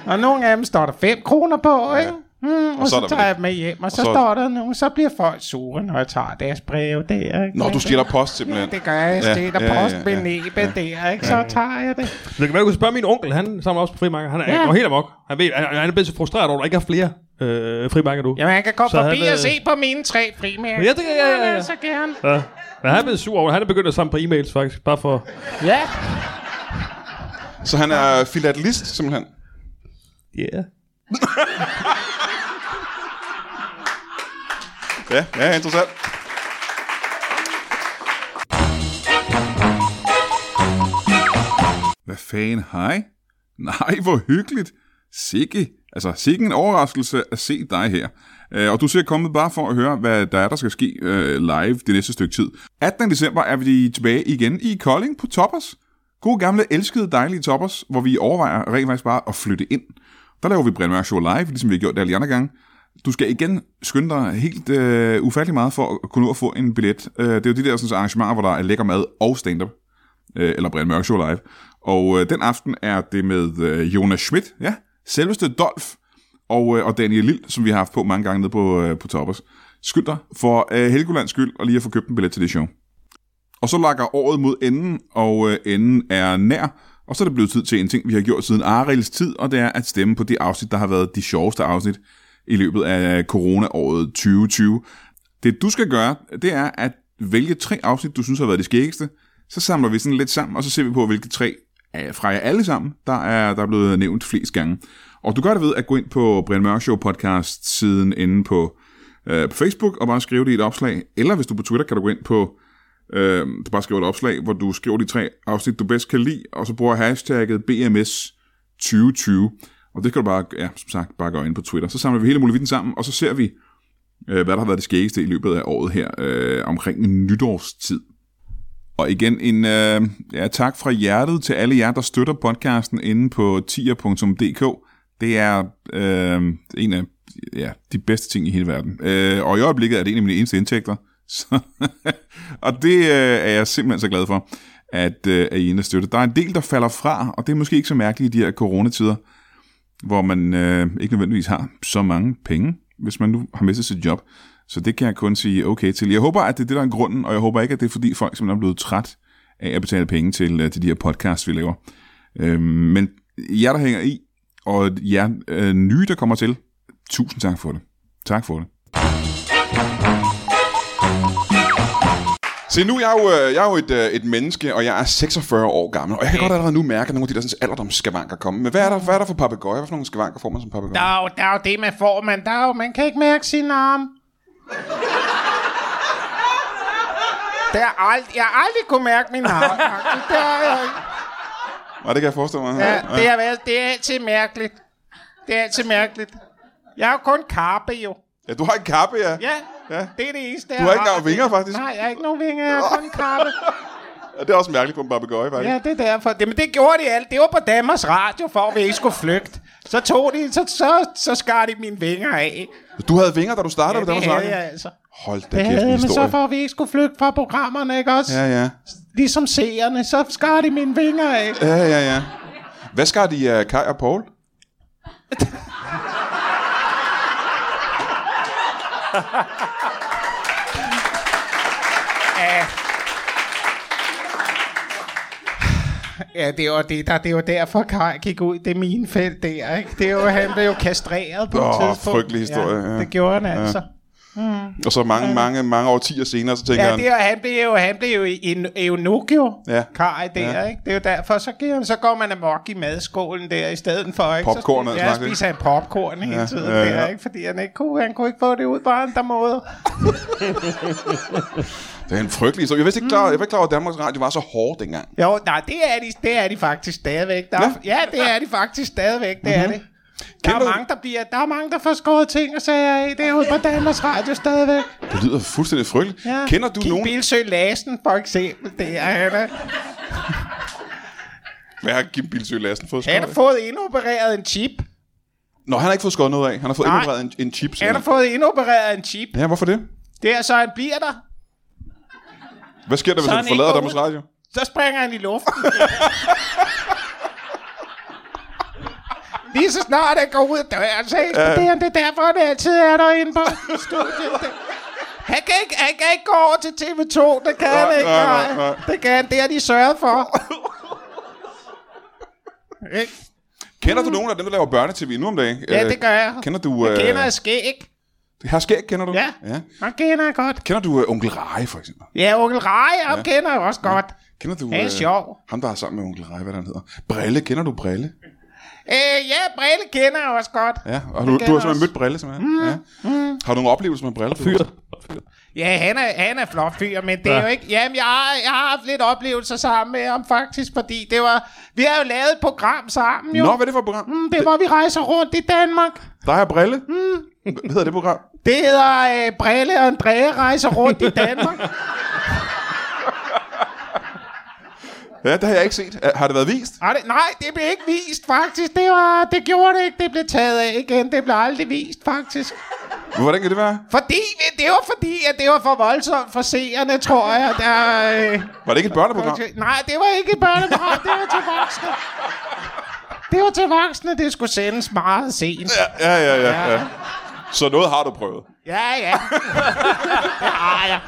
[SPEAKER 3] og nogle af dem står der 5 kroner på, ja. ikke? Mm, og, og,
[SPEAKER 4] så
[SPEAKER 3] så,
[SPEAKER 4] er der
[SPEAKER 3] så
[SPEAKER 4] vel
[SPEAKER 3] tager jeg dem med hjem, og så,
[SPEAKER 4] og
[SPEAKER 3] og
[SPEAKER 4] så-
[SPEAKER 3] så står der nogen, så bliver folk sure, når jeg tager deres breve der, ikke?
[SPEAKER 4] Nå, du stjæler post
[SPEAKER 3] Ja,
[SPEAKER 4] simpelthen.
[SPEAKER 3] det gør jeg. Jeg
[SPEAKER 4] Ja,
[SPEAKER 3] stiller
[SPEAKER 4] ja, ja,
[SPEAKER 3] post
[SPEAKER 4] ja,
[SPEAKER 3] med næbet der, ikke? Så tager jeg det.
[SPEAKER 2] Det kan være, du kan spørge min onkel, han samler også på frimarker. Han er,
[SPEAKER 3] Ja.
[SPEAKER 2] ja. går helt amok. Han, ved, han, han er blevet så frustreret over, at der ikke er flere øh, frimarker nu.
[SPEAKER 3] Jamen, han kan komme
[SPEAKER 2] Så
[SPEAKER 3] forbi
[SPEAKER 2] han,
[SPEAKER 3] og
[SPEAKER 2] øh,
[SPEAKER 3] se på mine tre frimærker.
[SPEAKER 2] Ja, det kan- ja, ja, ja.
[SPEAKER 3] vil så gerne.
[SPEAKER 2] Ja. Men han er blevet sur over, det. han er begyndt at samle på e-mails faktisk, bare for...
[SPEAKER 3] Ja.
[SPEAKER 4] Så han er filatelist, simpelthen.
[SPEAKER 2] Ja. Yeah.
[SPEAKER 4] Ja, ja, interessant.
[SPEAKER 1] Hvad fanden, hej? Nej, hvor hyggeligt. Sikke, altså sikke en overraskelse at se dig her. Øh, Og du ser kommet bare for at høre, hvad der er, der skal ske øh, live det næste stykke tid. 18. december er vi tilbage igen i Kolding på Toppers. God gamle, elskede, dejlige Toppers, hvor vi overvejer rent faktisk bare at flytte ind. Der laver vi Brindmørk Show live, ligesom vi har gjort det alle de andre gange. Du skal igen skynde dig helt øh, ufattelig meget for at kunne nå at få en billet. Øh, det er jo de der sådan, arrangementer, hvor der er lækker mad og stand-up øh, eller Brian Mørk Show Live. Og øh, den aften er det med øh, Jonas Schmidt, ja, selveste Dolf, og, øh, og Daniel Lille, som vi har haft på mange gange nede på, øh, på Toppers. Skynd dig for øh, Helgolands skyld, og lige at få købt en billet til det show. Og så lakker året mod enden, og øh, enden er nær. Og så er det blevet tid til en ting, vi har gjort siden Arils tid, og det er at stemme på det afsnit, der har været de sjoveste afsnit i løbet af øh, coronaåret 2020. Det du skal gøre, det er at vælge tre afsnit, du synes har været de skæggeste. Så samler vi sådan lidt sammen, og så ser vi på, hvilke tre af- fra jer alle sammen, der er, der er blevet nævnt flest gange. Og du gør det ved at gå ind på Brian Mørk Show podcast siden inde på, øh, på Facebook og bare skrive det i et opslag. Eller hvis du er på Twitter, kan du gå ind på Øh, du bare skriver et opslag, hvor du skriver de tre afsnit, du bedst kan lide, og så bruger hashtagget BMS2020. Og det kan du bare, ja, som sagt, bare gå ind på Twitter. Så samler vi hele muligheden sammen, og så ser vi, øh, hvad der har været det skæggeste i løbet af året her, øh, omkring nytårstid. Og igen en øh, ja, tak fra hjertet til alle jer, der støtter podcasten inde på tier.dk. Det er øh, en af ja, de bedste ting i hele verden. Øh, og i øjeblikket er det en af mine eneste indtægter. Så og det øh, er jeg simpelthen så glad for, at, øh, at I er inde og støtte. Der er en del, der falder fra, og det er måske ikke så mærkeligt i de her coronatider, hvor man øh, ikke nødvendigvis har så mange penge, hvis man nu har mistet sit job. Så det kan jeg kun sige okay til. Jeg håber, at det er det, der er grunden, og jeg håber ikke, at det er fordi folk simpelthen er blevet træt af at betale penge til, øh, til de her podcasts, vi laver.
[SPEAKER 4] Øhm,
[SPEAKER 1] Øh, men jer, der hænger i, og jer øh, nye, der kommer til, tusind tak for det. Tak for det.
[SPEAKER 4] Se, nu er jeg jo, øh, jeg er jo et, øh, et menneske, og jeg er 46 år gammel, og jeg kan godt allerede nu mærke, at nogle af de der sådan, alderdomsskavanker kommer. Men hvad er der, hvad er der for papegøjer? Hvad for nogle skavanker får man som papegøjer?
[SPEAKER 3] Der er, jo, der er jo det, man får, man. Der er jo, man kan ikke mærke sin arm. Det er ald- jeg har aldrig kunne mærke min arm. faktisk. Det har jeg ikke.
[SPEAKER 4] Nej, det kan jeg forestille mig.
[SPEAKER 3] Ja, det, er, vel- det er altid mærkeligt. Det er altid mærkeligt. Jeg har jo kun karpe, jo.
[SPEAKER 4] ja, du har en kappe, ja.
[SPEAKER 3] Ja,
[SPEAKER 4] Ja.
[SPEAKER 3] ja. det er det eneste,
[SPEAKER 4] Du har ikke engang vinger, faktisk.
[SPEAKER 3] Nej, jeg har ikke nogen vinger. Jeg har kun karpe.
[SPEAKER 4] ja. Det er også mærkeligt på en papegøje, faktisk.
[SPEAKER 3] Ja, det er derfor. Det, men det gjorde de alt. Det var på Danmarks Radio, for at vi ikke skulle flygte. Så tog de, så, så, så skar de mine vinger af.
[SPEAKER 4] Du havde vinger, da du startede ja, med
[SPEAKER 3] det
[SPEAKER 4] Danmarks
[SPEAKER 3] havde
[SPEAKER 4] Radio.
[SPEAKER 3] jeg altså.
[SPEAKER 4] Hold da
[SPEAKER 3] Det
[SPEAKER 4] kæft,
[SPEAKER 3] havde
[SPEAKER 4] en
[SPEAKER 3] jeg, men så
[SPEAKER 4] historie.
[SPEAKER 3] for at vi ikke skulle flygte fra programmerne, ikke også?
[SPEAKER 4] Ja,
[SPEAKER 3] Ja.
[SPEAKER 4] ja.
[SPEAKER 3] Ligesom seerne, så skar de mine vinger af.
[SPEAKER 4] Ja, ja, ja. Hvad skar de uh, Kai og Paul?
[SPEAKER 3] Ja, det var det, der, det var derfor, Kaj gik ud. Det er mine felt der, ikke? Det var, han blev jo kastreret på
[SPEAKER 4] Åh,
[SPEAKER 3] et tidspunkt.
[SPEAKER 4] frygtelig historie, ja.
[SPEAKER 3] Det gjorde han altså.
[SPEAKER 4] Og så mange, mange, mange årtier senere, så tænker
[SPEAKER 3] Ja,
[SPEAKER 4] han...
[SPEAKER 3] det, og han blev jo, han blev jo i, i, eunuch jo,
[SPEAKER 4] Ja.
[SPEAKER 3] Kaj der,
[SPEAKER 4] Ja.
[SPEAKER 3] ikke? Det er jo derfor, så, giver han, så går man amok i madskålen der i stedet for, ikke?
[SPEAKER 4] Popcornet,
[SPEAKER 3] så spiser, ja,
[SPEAKER 4] snakker vi.
[SPEAKER 3] spiser han popcorn hele
[SPEAKER 4] Ja,
[SPEAKER 3] tiden
[SPEAKER 4] ja, ja.
[SPEAKER 3] der, ikke? Fordi han ikke kunne, han kunne ikke få det ud på andre måder.
[SPEAKER 4] Det er en frygtelig historie. Jeg, vidste ikke klar,
[SPEAKER 3] Mm.
[SPEAKER 4] jeg var ikke klar over, at Danmarks Radio var så hård dengang. Mhm.
[SPEAKER 3] Jo, nej, det er de, det er de faktisk stadigvæk. Der er, ja. ja, det er de faktisk stadigvæk, det mm-hmm. er det. Der er,
[SPEAKER 1] Kæmpe-
[SPEAKER 3] mange, der bliver, der er mange, der får skåret ting og sager af derude på Danmarks Radio stadigvæk.
[SPEAKER 1] Det lyder fuldstændig frygteligt. Ja. Kender du
[SPEAKER 3] Kim
[SPEAKER 1] nogen...
[SPEAKER 3] Bilsø Lassen, for eksempel. Det er, han, er,
[SPEAKER 1] Hvad har Kim Bilsø Lassen fået
[SPEAKER 3] han
[SPEAKER 1] skåret
[SPEAKER 3] har
[SPEAKER 1] af?
[SPEAKER 3] fået indopereret en chip.
[SPEAKER 1] Nå, han har ikke fået skåret noget af. Han har fået
[SPEAKER 3] Nej.
[SPEAKER 1] indopereret en, en chip.
[SPEAKER 3] Han har fået indopereret en chip.
[SPEAKER 1] Ja, hvorfor det?
[SPEAKER 3] Det er så, han bliver der.
[SPEAKER 1] Hvad sker der, hvis
[SPEAKER 3] Så
[SPEAKER 1] han
[SPEAKER 3] han ikke
[SPEAKER 1] forlader
[SPEAKER 3] går
[SPEAKER 1] Danmarks
[SPEAKER 3] ud?
[SPEAKER 1] Radio?
[SPEAKER 3] Så springer han i luften. Lige så snart han går ud af døren, så eksploderer han. Det er derfor, han altid er derinde på studiet. Det- Han kan, ikke, han kan ikke gå over til TV2, det kan han ikke.
[SPEAKER 1] nej,
[SPEAKER 3] Nej,
[SPEAKER 1] nej, nej.
[SPEAKER 3] Det kan han, det har de sørget for. Ikke?
[SPEAKER 1] Kender du nogen af dem, der laver børnetv nu om dagen?
[SPEAKER 3] Mm. Ja,
[SPEAKER 1] Øh,
[SPEAKER 3] det gør jeg.
[SPEAKER 1] Kender du...
[SPEAKER 3] Jeg kender
[SPEAKER 1] øh,
[SPEAKER 3] jeg skæg.
[SPEAKER 1] Herr Skæg, kender du?
[SPEAKER 3] Ja.
[SPEAKER 1] ja.
[SPEAKER 3] Han kender jeg godt.
[SPEAKER 1] Kender du øh, onkel Rai, for eksempel?
[SPEAKER 3] Ja, onkel Rai, ham kender jeg også godt.
[SPEAKER 1] Kender du... øh,
[SPEAKER 3] Han er sjov.
[SPEAKER 1] Ham, der er sammen med onkel Rai, hvad er det, han hedder. Brille, kender du Brille?
[SPEAKER 3] Øh, ja, Brille kender jeg også godt.
[SPEAKER 1] Ja, og du, du har
[SPEAKER 3] kender
[SPEAKER 1] simpelthen
[SPEAKER 3] også.
[SPEAKER 1] mødt Brille, simpelthen. Mm. Ja. Har du nogle oplevelser med Brille? Fyr.
[SPEAKER 3] Ja, han er, han er flot fyr, men det er
[SPEAKER 2] Ja.
[SPEAKER 3] ja. jo ikke... Jamen, jeg har, jeg har haft lidt oplevelser sammen med ham faktisk, fordi det var... Vi har jo lavet et program sammen, jo.
[SPEAKER 1] Nå, hvad er det for et program?
[SPEAKER 3] Mm, det var, vi rejser rundt i Danmark.
[SPEAKER 1] Der er Brille. Mm. Hvad hedder det program?
[SPEAKER 3] Det hedder øh, Brille og Andrea rejser rundt i Danmark.
[SPEAKER 1] Ja, det har jeg ikke set. Er- Har det været vist?
[SPEAKER 3] Ej, det, nej, det blev ikke vist, faktisk. Det, var, det gjorde det ikke. Det blev taget af igen. Det blev aldrig vist, faktisk.
[SPEAKER 1] Hvordan kan det være?
[SPEAKER 3] Fordi, det var fordi, at det var for voldsomt for seerne, tror jeg. Der, øh,
[SPEAKER 1] Var det ikke et børneprogram?
[SPEAKER 3] Okay. Nej, det var ikke et børneprogram. det var til voksne. Det var til voksne, det skulle sendes meget sent.
[SPEAKER 1] Ja, ja, ja, ja. ja. Så noget har du prøvet.
[SPEAKER 3] Ja, ja. det har jeg.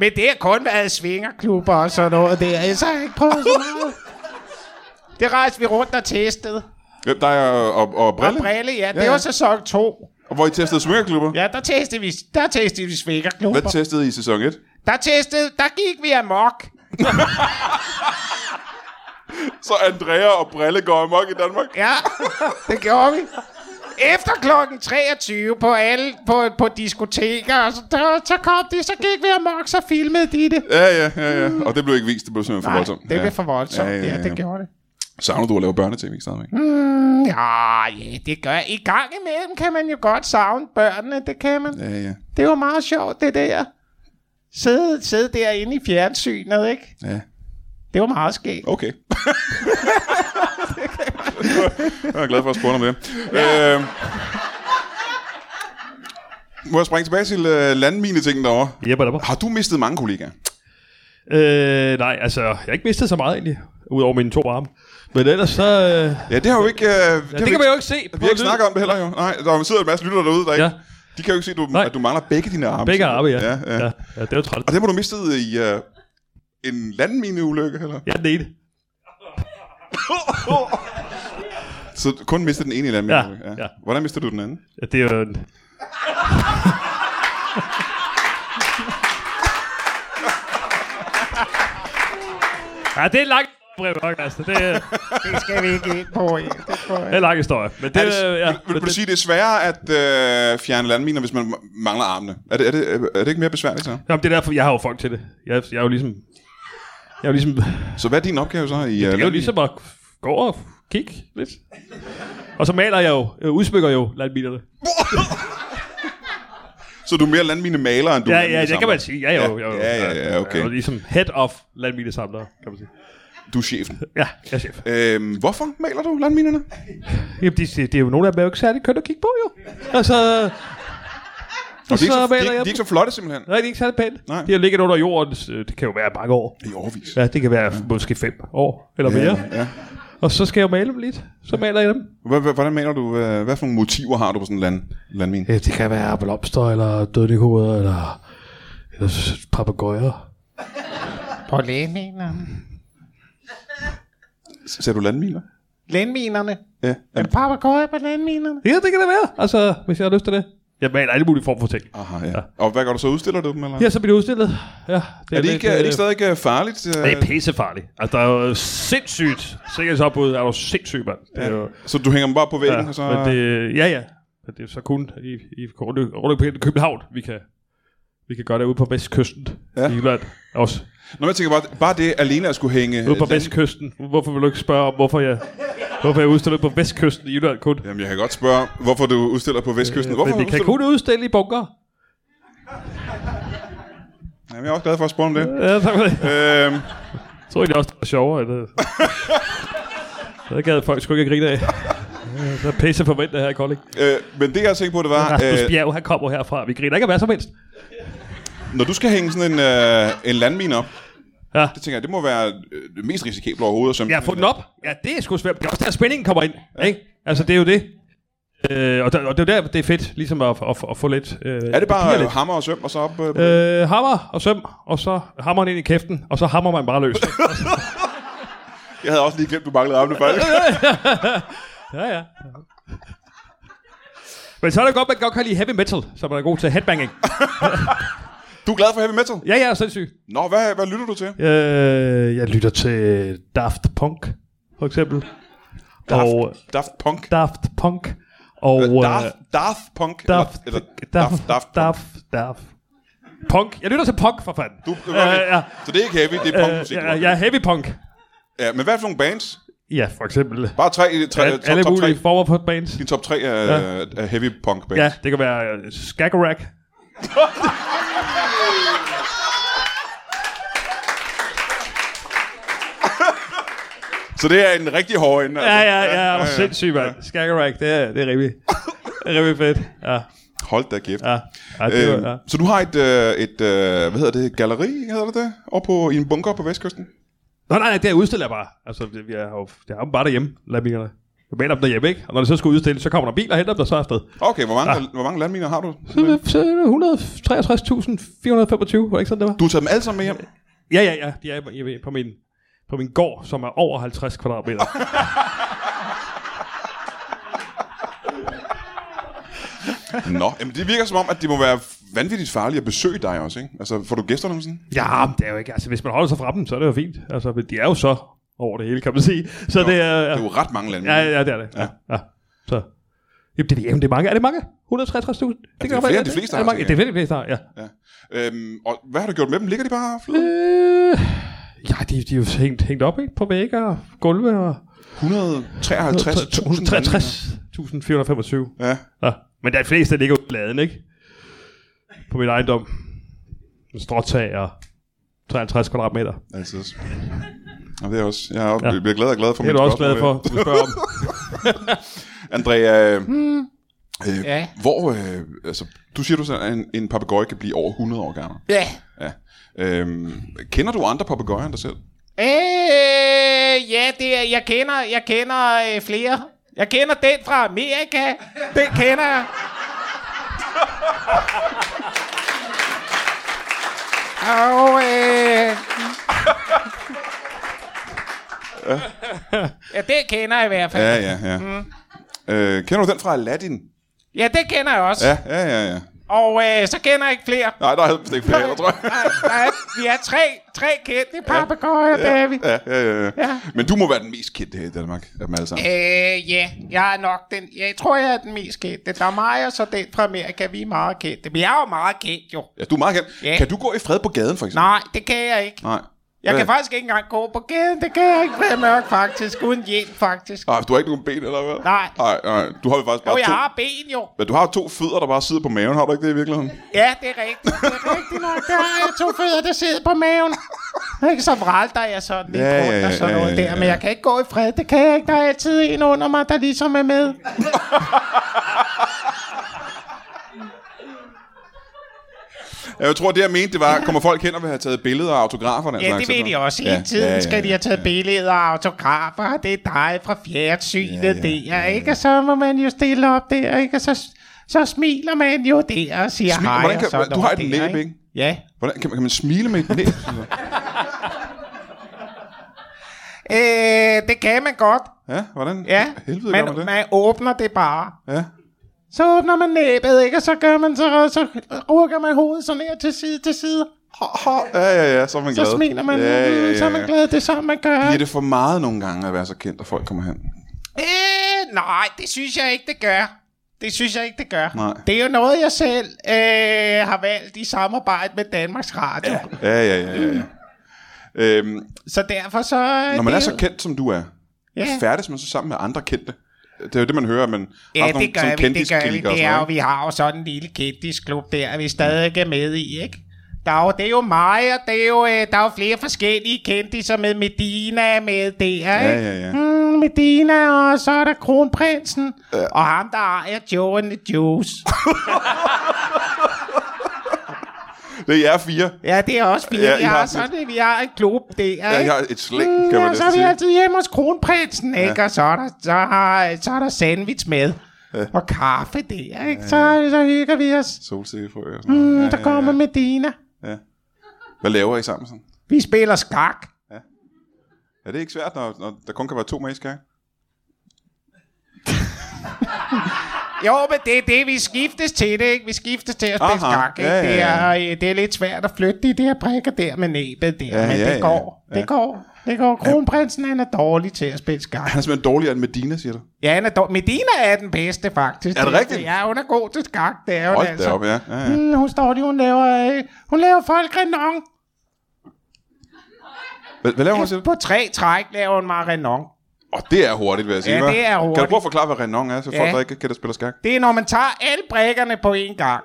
[SPEAKER 3] Men det har kun været svingerklubber og sådan noget der. Ellers har jeg ikke prøvet så meget. Det rejste vi rundt og testede.
[SPEAKER 1] Hvem dig og, og, og Brille?
[SPEAKER 3] Og brille, ja. Det
[SPEAKER 1] Ja, ja.
[SPEAKER 3] var sæson 2.
[SPEAKER 1] Og hvor I testede smykkerklubber?
[SPEAKER 3] Ja, der testede vi, der testede vi
[SPEAKER 1] Hvad
[SPEAKER 3] svingerklubber.
[SPEAKER 1] testede I i sæson 1?
[SPEAKER 3] Der testede, der gik vi amok.
[SPEAKER 1] Så Andrea og Brille går amok i Danmark.
[SPEAKER 3] Ja, det gjorde vi. Efter klokken 23 på alle på, på diskoteker, og så, der, så kom de, så gik vi amok, så filmede de det.
[SPEAKER 1] Ja, ja, ja, ja. Og det blev ikke vist, det blev simpelthen for
[SPEAKER 3] Nej,
[SPEAKER 1] voldsomt.
[SPEAKER 3] det
[SPEAKER 1] ja.
[SPEAKER 3] blev for voldsomt. Ja, ja, ja. ja, det gjorde det.
[SPEAKER 1] Savner du at lave børnetv stadigvæk? Mm.
[SPEAKER 3] Mm, Ja, ja, det gør jeg. I gang imellem kan man jo godt savne børnene, det kan man.
[SPEAKER 1] Ja, ja.
[SPEAKER 3] Det var meget sjovt, det der. Sidde, sidde derinde i fjernsynet, ikke?
[SPEAKER 1] Ja,
[SPEAKER 3] Det var meget skægt.
[SPEAKER 1] okay. jeg er glad for at spørge om det. Ja. Øh, må jeg springe tilbage til øh, landmine-tingen derovre?
[SPEAKER 2] Jebba, dabba.
[SPEAKER 1] Har du mistet mange kollegaer?
[SPEAKER 2] Øh, nej, altså, jeg har ikke mistet så meget egentlig, udover mine to arme. Men ellers så... Øh,
[SPEAKER 1] Ja, det har jo ikke... Øh, ja, det,
[SPEAKER 2] det kan man jo ikke se.
[SPEAKER 1] Vi har ikke snakket om det heller, jo. Nej, der sidder en masse lytter derude, der ikke...
[SPEAKER 2] Ja.
[SPEAKER 1] De kan jo ikke se, du,
[SPEAKER 2] Nej.
[SPEAKER 1] at du mangler begge dine arme.
[SPEAKER 2] Begge arme, ja.
[SPEAKER 1] Ja, ja.
[SPEAKER 2] ja. ja det var træt.
[SPEAKER 1] Og det må du mistet i øh, en landmineulykke, eller?
[SPEAKER 2] Jeg er den ene.
[SPEAKER 1] Så du kun mistet den ene i landmineulykke?
[SPEAKER 2] Ja, ja.
[SPEAKER 1] Hvordan mistede du den anden?
[SPEAKER 2] Ja, det er jo en... Ja, det er en lang brev, altså. Det er,
[SPEAKER 3] Det skal vi ikke ind på. øh, Ja. Det tror
[SPEAKER 2] det er
[SPEAKER 3] jeg.
[SPEAKER 2] en lang historie. Men det,
[SPEAKER 1] Er det,
[SPEAKER 2] øh, ja,
[SPEAKER 1] vil, vil
[SPEAKER 2] men
[SPEAKER 1] du
[SPEAKER 2] det,
[SPEAKER 1] sige, det er sværere at øh, fjerne landminer, hvis man ma- mangler armene? Er det, er det, er det ikke mere besværligt så?
[SPEAKER 2] Jamen, det er derfor, jeg har jo folk til det. Jeg, jeg er jo ligesom... Jeg er jo ligesom...
[SPEAKER 1] Så hvad er din opgave så? I, øh,
[SPEAKER 2] Det er jo ligesom at gå og kigge lidt. Og så maler jeg jo, øh, udsmykker jo landbilerne.
[SPEAKER 1] Så du er mere landminemaler, end du
[SPEAKER 2] Ja,
[SPEAKER 1] er
[SPEAKER 2] ja, det kan man sige. Ja, jo,
[SPEAKER 1] Ja,
[SPEAKER 2] jo, jo.
[SPEAKER 1] ja, ja, ja, okay.
[SPEAKER 2] Jeg er jo ligesom head of landminesamlere, kan man sige.
[SPEAKER 1] Du er chefen.
[SPEAKER 2] Ja, jeg er chef.
[SPEAKER 1] Øhm, hvorfor maler du landminerne?
[SPEAKER 2] Jamen, det, det er jo nogle af dem, er jo ikke særlig kønt at kigge på, jo.
[SPEAKER 1] Og
[SPEAKER 2] Altså, og
[SPEAKER 1] de, er
[SPEAKER 2] så,
[SPEAKER 1] ikke så, de,
[SPEAKER 2] maler
[SPEAKER 1] er-
[SPEAKER 2] jeg
[SPEAKER 1] de er
[SPEAKER 2] dem.
[SPEAKER 1] ikke så flotte, simpelthen.
[SPEAKER 2] Nej, det er ikke særlig pænt.
[SPEAKER 1] Nej.
[SPEAKER 2] Nej. De har ligget under jorden, så det kan jo være mange år.
[SPEAKER 1] I overvis.
[SPEAKER 2] Ja, det kan være ja. måske fem år eller mere. Ja,
[SPEAKER 1] ja.
[SPEAKER 2] ja. Og så skal jeg jo male dem lidt. Så maler jeg dem.
[SPEAKER 1] Hva- hva- Hvordan maler du? øh, Hvad for nogle motiver har du på sådan en land, landmine?
[SPEAKER 2] Ja, det kan være blomster, eller dødnikoder, eller, eller papagøjer.
[SPEAKER 3] På landminerne.
[SPEAKER 1] Ser du landminer?
[SPEAKER 3] Landminerne.
[SPEAKER 1] Ja.
[SPEAKER 3] Er det papagøjer på landminerne?
[SPEAKER 2] Ja, det kan det være, altså, hvis jeg har lyst til det. Jeg maler alle mulige form for ting.
[SPEAKER 1] Aha, ja. Og hvad gør du så? Udstiller du dem, eller?
[SPEAKER 2] Ja, så bliver det udstillet. Ja, det
[SPEAKER 1] Er det ikke, er det
[SPEAKER 2] øh,
[SPEAKER 1] ikke stadig øh, farligt? øh,
[SPEAKER 2] det er pissefarligt. Altså, der er jo sindssygt sikkerhedsopbud. Er jo sindssygt, mand. Det er jo,
[SPEAKER 1] Så du hænger dem bare på
[SPEAKER 2] ja,
[SPEAKER 1] væggen, og så...
[SPEAKER 2] men det, ja, ja. Men det er så kun i, i rundt- rundt i København, vi kan, Vi kan gøre det ude på vestkysten ja. i Jylland også.
[SPEAKER 1] Nå, men jeg tænker bare, bare det alene at skulle hænge...
[SPEAKER 2] Ude på
[SPEAKER 1] øh,
[SPEAKER 2] vestkysten. Hvorfor vil du ikke spørge om, hvorfor jeg, hvorfor jeg udstiller på vestkysten i Jylland kun?
[SPEAKER 1] Jamen, jeg kan godt spørge, hvorfor du udstiller på Vestkysten. Hvorfor
[SPEAKER 2] Øh, Men vi kan
[SPEAKER 1] udstiller
[SPEAKER 2] kun udstille i bunker.
[SPEAKER 1] du? Jamen, jeg er også glad for at spørge om det.
[SPEAKER 2] Ja, tak for det.
[SPEAKER 1] Øhm,
[SPEAKER 2] Jeg tror egentlig også, det var sjovere. Eller... Det gad folk sgu ikke grine af. Der er pisse forventet her i Kolding.
[SPEAKER 1] øh, men det, jeg tænkte på, det var...
[SPEAKER 2] Rasmus
[SPEAKER 1] Øh,
[SPEAKER 2] Bjerg, han kommer herfra. Vi griner ikke af hvad som helst.
[SPEAKER 1] når du skal hænge sådan en, øh, en landmine op,
[SPEAKER 2] Ja.
[SPEAKER 1] det tænker jeg, det må være øh, det mest risikable overhovedet. Som,
[SPEAKER 2] Jeg har fået den op. Ja, det er sgu svært. Det er også der, spændingen kommer ind. Ikke? Altså, det er jo det. Øh, og, der, og det er jo der, det er fedt, ligesom at, at, at få lidt... Øh,
[SPEAKER 1] Er det
[SPEAKER 2] piger
[SPEAKER 1] bare øh,
[SPEAKER 2] lidt.
[SPEAKER 1] hammer og søm, og så op? Øh,
[SPEAKER 2] Øh, hammer og søm, og så hammer den ind i kæften, og så hammer man bare løs.
[SPEAKER 1] Jeg havde også lige glemt, du manglede armene faktisk.
[SPEAKER 2] ja, ja. Men så er det godt, man godt kan lide heavy metal, så man er god til headbanging.
[SPEAKER 1] Du er glad for heavy metal?
[SPEAKER 2] Ja, ja, sindssygt.
[SPEAKER 1] Nå, hvad, hvad lytter du til?
[SPEAKER 2] Øh, jeg lytter til Daft Punk, for eksempel. Daft, og
[SPEAKER 1] Daft Punk?
[SPEAKER 2] Daft Punk. Og øh,
[SPEAKER 1] Daft, Daft Punk?
[SPEAKER 2] Daft,
[SPEAKER 1] eller, eller, Daft,
[SPEAKER 2] Daft,
[SPEAKER 1] Daft, Punk.
[SPEAKER 2] Daft, Daft. Punk. Jeg lytter til punk, for fanden.
[SPEAKER 1] Du, okay.
[SPEAKER 2] Øh, ja.
[SPEAKER 1] Så det er ikke heavy, det er punkmusik.
[SPEAKER 2] Øh, jeg, jeg er heavy punk.
[SPEAKER 1] ja, men hvad for nogle bands?
[SPEAKER 2] Ja, for eksempel.
[SPEAKER 1] Bare tre, tre,
[SPEAKER 2] Alle,
[SPEAKER 1] top,
[SPEAKER 2] alle
[SPEAKER 1] top tre.
[SPEAKER 2] mulige former for bands.
[SPEAKER 1] Din top tre er, er heavy punk bands.
[SPEAKER 2] Ja, det kan være øh, Skagerrak.
[SPEAKER 1] Så det er en rigtig hård ende. altså.
[SPEAKER 2] Ja, ja, ja. ja, ja sindssygt, mand. Skagerrak, det er, det er rimelig, det er rimelig fedt. Ja,
[SPEAKER 1] Hold da kæft.
[SPEAKER 2] ja. ja, det var, ja.
[SPEAKER 1] Øh, så du har et, øh, et øh, hvad hedder det, galleri, hedder det det? Oppe på, i en bunker på Vestkysten?
[SPEAKER 2] Nå, nej, nej, det udstiller jeg bare. Altså, det, jeg har jo jeg har dem bare derhjemme, lamingerne. Jeg maler dem derhjemme, ikke? Og når det så skal udstilles, så kommer der biler og henter dem, og så er jeg afsted.
[SPEAKER 1] Okay, hvor mange, hvor mange landminer har du?
[SPEAKER 2] Så er det- Så er det 163.425, var det ikke sådan, det var?
[SPEAKER 1] Du har taget dem alle sammen med hjem?
[SPEAKER 2] Ja, ja, ja. De er på- jeg er på min, på min gård, som er over 50 kvadratmeter.
[SPEAKER 1] Nå, jamen det virker som om, at det må være vanvittigt farligt at besøge dig også, ikke? Altså, får du gæster nogen sådan?
[SPEAKER 2] ja, men det er jo ikke... Altså, hvis man holder sig fra dem, så er det jo fint. Altså, men de er jo så over det hele, kan man sige. Så det er...
[SPEAKER 1] Det er jo ret mange landminer.
[SPEAKER 2] Ja, ja, det er det. Ja. ja. Så. Jamen, det ved jeg, om det er mange. Er det mange? 163.000?
[SPEAKER 1] det er
[SPEAKER 2] godt
[SPEAKER 1] flere
[SPEAKER 2] være,
[SPEAKER 1] end de fleste
[SPEAKER 2] er det
[SPEAKER 1] har,
[SPEAKER 2] mange? Det
[SPEAKER 1] tænker
[SPEAKER 2] er flere, end de fleste har, ja.
[SPEAKER 1] Øhm, og hvad har du gjort med dem? Ligger de bare og flyder?
[SPEAKER 2] Øh, ja, de, de er jo hængt, hængt op ikke? på vægge og gulve og
[SPEAKER 1] 153.000 landminer.
[SPEAKER 2] 63.425.
[SPEAKER 1] Ja.
[SPEAKER 2] Ja. Men der er fleste, der ligger ude på laden, ikke? På min ejendom. Med stråtag og 53 kvadratmeter.
[SPEAKER 1] Altså, og det er også, jeg er, også- jeg bliver glad og glad for
[SPEAKER 2] Det er du også glad for, du spørger om.
[SPEAKER 1] Andrea, hmm. øh,
[SPEAKER 3] Ja.
[SPEAKER 1] ja. hvor, øh, altså, du siger, du selv, at en, en papegøje kan blive over 100 år gammel.
[SPEAKER 3] Ja.
[SPEAKER 1] Ja. Øhm, kender du andre papegøjer end dig selv?
[SPEAKER 3] Øh, ja, det er, jeg kender, jeg kender øh, flere. Jeg kender den fra Amerika. Den kender jeg. Og øh... Ja, det kender jeg i hvert fald.
[SPEAKER 1] Ja, ja, ja.
[SPEAKER 3] Hmm.
[SPEAKER 1] Mm. Øh, kender du den fra Aladdin?
[SPEAKER 3] Ja, det kender jeg også.
[SPEAKER 1] Ja, ja, ja, ja.
[SPEAKER 3] Og øh, så kender jeg ikke flere.
[SPEAKER 1] Nej, der er helst ikke flere, tror jeg.
[SPEAKER 3] Nej, nej, vi er tre, tre kendte papegøjer, ja. David.
[SPEAKER 1] Ja, ja, ja, ja.
[SPEAKER 3] Ja.
[SPEAKER 1] Men du må være den mest kendte her i Danmark af dem alle sammen.
[SPEAKER 3] Øh, ja, jeg er nok den, jeg tror, jeg er den mest kendte. Der er mig og så den fra Amerika, vi er meget kendte. Men jeg er jo meget kendt, jo.
[SPEAKER 1] Ja, du er meget kendt.
[SPEAKER 3] Ja.
[SPEAKER 1] Kan du gå i fred på gaden, for eksempel?
[SPEAKER 3] Nej, det kan jeg ikke.
[SPEAKER 1] Nej.
[SPEAKER 3] Jeg
[SPEAKER 1] Hvad?
[SPEAKER 3] kan faktisk ikke engang gå på gaden, det kan jeg ikke, for jeg er mørk faktisk, uden hjem faktisk.
[SPEAKER 1] Nej, du har ikke nogen ben, eller hvad?
[SPEAKER 3] Nej.
[SPEAKER 1] Nej, nej. Du har jo faktisk bare
[SPEAKER 3] Jo, jeg
[SPEAKER 1] to...
[SPEAKER 3] har ben jo.
[SPEAKER 1] Ja, du har to fødder, der bare sidder på maven, har du ikke det i virkeligheden?
[SPEAKER 3] Ja, det er rigtigt. Det er rigtigt nok. Der har jeg to fødder, der sidder på maven. Ikke så vralter jeg sådan lidt
[SPEAKER 1] Ja,
[SPEAKER 3] rundt
[SPEAKER 1] ja,
[SPEAKER 3] og sådan
[SPEAKER 1] ja,
[SPEAKER 3] noget
[SPEAKER 1] ja,
[SPEAKER 3] der. Men
[SPEAKER 1] ja.
[SPEAKER 3] jeg kan ikke gå i fred. Det kan jeg ikke. Der er altid en under mig, der ligesom er med.
[SPEAKER 1] Ja, Jeg tror, det jeg mente, det var, kommer folk hen og vil have taget billeder af autograferne?
[SPEAKER 3] Ja, det ved de også. Hele tiden skal de have taget billeder og autografer. Det er dig fra fjernsynet
[SPEAKER 1] Ja,
[SPEAKER 3] ja,
[SPEAKER 1] ja,
[SPEAKER 3] ja, der, ikke? Og så må man jo stille op der, ikke? Og så, så smiler man jo der og siger
[SPEAKER 1] Smil-
[SPEAKER 3] hej.
[SPEAKER 1] Hvordan
[SPEAKER 3] og
[SPEAKER 1] kan-
[SPEAKER 3] sådan
[SPEAKER 1] du har
[SPEAKER 3] noget
[SPEAKER 1] et
[SPEAKER 3] der,
[SPEAKER 1] næb, ikke?
[SPEAKER 3] Ja.
[SPEAKER 1] Hvordan, kan, man, kan man smile med et næb?
[SPEAKER 3] Øh, det kan man godt,
[SPEAKER 1] ja, hvordan?
[SPEAKER 3] ja.
[SPEAKER 1] Helvede gør
[SPEAKER 3] man,
[SPEAKER 1] man det?
[SPEAKER 3] man åbner det bare.
[SPEAKER 1] Ja.
[SPEAKER 3] Så åbner man næbet, ikke? Og så gør man så, så rukker man hovedet sådan her til side til side.
[SPEAKER 1] Ho, ho. ja, ja, ja, så er man
[SPEAKER 3] Så
[SPEAKER 1] glad.
[SPEAKER 3] smiler man,
[SPEAKER 1] ja, ja, ja, ja.
[SPEAKER 3] så er man glad. Det er sådan, man gør.
[SPEAKER 1] Bliver det for meget nogle gange at være så kendt, at folk kommer hen?
[SPEAKER 3] Øh, nej, det synes jeg ikke, det gør. Det synes jeg ikke, det gør.
[SPEAKER 1] Nej.
[SPEAKER 3] Det er jo noget, jeg selv øh, har valgt i samarbejde med Danmarks Radio. Ja.
[SPEAKER 1] Ja, ja, ja, ja. ja. Øhm,
[SPEAKER 3] Så derfor så...
[SPEAKER 1] når man er så kendt, som du er,
[SPEAKER 3] Ja.
[SPEAKER 1] færdes man så sammen med andre kendte? Det er jo det, man hører, men
[SPEAKER 3] Ja, det gør vi, det gør vi. Det er jo, vi har jo sådan en lille kendisklub der, vi stadig er med i, ikke? Der er jo, det er jo mig, og det er jo, øh, der er jo flere forskellige kendiser med Medina er med der, ikke?
[SPEAKER 1] Ja, ja, ja.
[SPEAKER 3] Mm, Medina, og så er der kronprinsen, ja. og ham, der ejer Joe and the Juice.
[SPEAKER 1] Det er jer fire.
[SPEAKER 3] Ja, det er også fire.
[SPEAKER 1] Ja,
[SPEAKER 3] Ja,
[SPEAKER 1] I
[SPEAKER 3] vi
[SPEAKER 1] har
[SPEAKER 3] har
[SPEAKER 1] sådan
[SPEAKER 3] sådan, et- vi har en klub der, ikke?
[SPEAKER 1] Ja, I har et slæng, kan man
[SPEAKER 3] og Mm,
[SPEAKER 1] næsten
[SPEAKER 3] så er vi
[SPEAKER 1] sige.
[SPEAKER 3] altid hjemme hos kronprinsen, ikke? Og så er, der, så, har, så er der sandwich med. Og kaffe der, ikke? Så, så hygger vi os.
[SPEAKER 1] Solsikkefrø og sådan noget.
[SPEAKER 3] Mm,
[SPEAKER 1] Ja,
[SPEAKER 3] der kommer Medina. Mm.
[SPEAKER 1] Hvad laver I sammen sådan?
[SPEAKER 3] Vi spiller skak.
[SPEAKER 1] Er det ikke svært, når, når der kun kan være to med i skæring?
[SPEAKER 3] Jo, men det er det, vi skiftes til det, ikke? Vi skiftes til at spille
[SPEAKER 1] Aha,
[SPEAKER 3] skak, ikke?
[SPEAKER 1] ja, ja, ja.
[SPEAKER 3] Det, er, øh, det er lidt svært at flytte de der prikker der med næbet der,
[SPEAKER 1] Ja,
[SPEAKER 3] ja, men
[SPEAKER 1] ja,
[SPEAKER 3] ja,
[SPEAKER 1] ja.
[SPEAKER 3] det går. Ja.
[SPEAKER 1] Ja.
[SPEAKER 3] Det går. Det går. Kronprinsen, han er dårlig til at spille skak.
[SPEAKER 1] Han er simpelthen dårligere end Medina, siger du.
[SPEAKER 3] Ja, han er dog. Medina er den bedste, faktisk.
[SPEAKER 1] Er det rigtigt?
[SPEAKER 3] Ja, hun er god til skak, det er hun
[SPEAKER 1] Hold da
[SPEAKER 3] altså.
[SPEAKER 1] op, ja. ja, ja.
[SPEAKER 3] Mm, hun står lige, hun laver, øh, hun laver folk renon.
[SPEAKER 1] Hvad, hvad laver hun, siger du?
[SPEAKER 3] På tre træk laver hun mig renon.
[SPEAKER 1] Åh, det er hurtigt, vil jeg sige.
[SPEAKER 3] Ja,
[SPEAKER 1] hva'?
[SPEAKER 3] det er
[SPEAKER 1] Kan du
[SPEAKER 3] hurtigt.
[SPEAKER 1] prøve at forklare, hvad Renon er, så folk,
[SPEAKER 3] Ja.
[SPEAKER 1] der ikke kan der spiller skak?
[SPEAKER 3] Det er, når man tager alle brækkerne på én gang.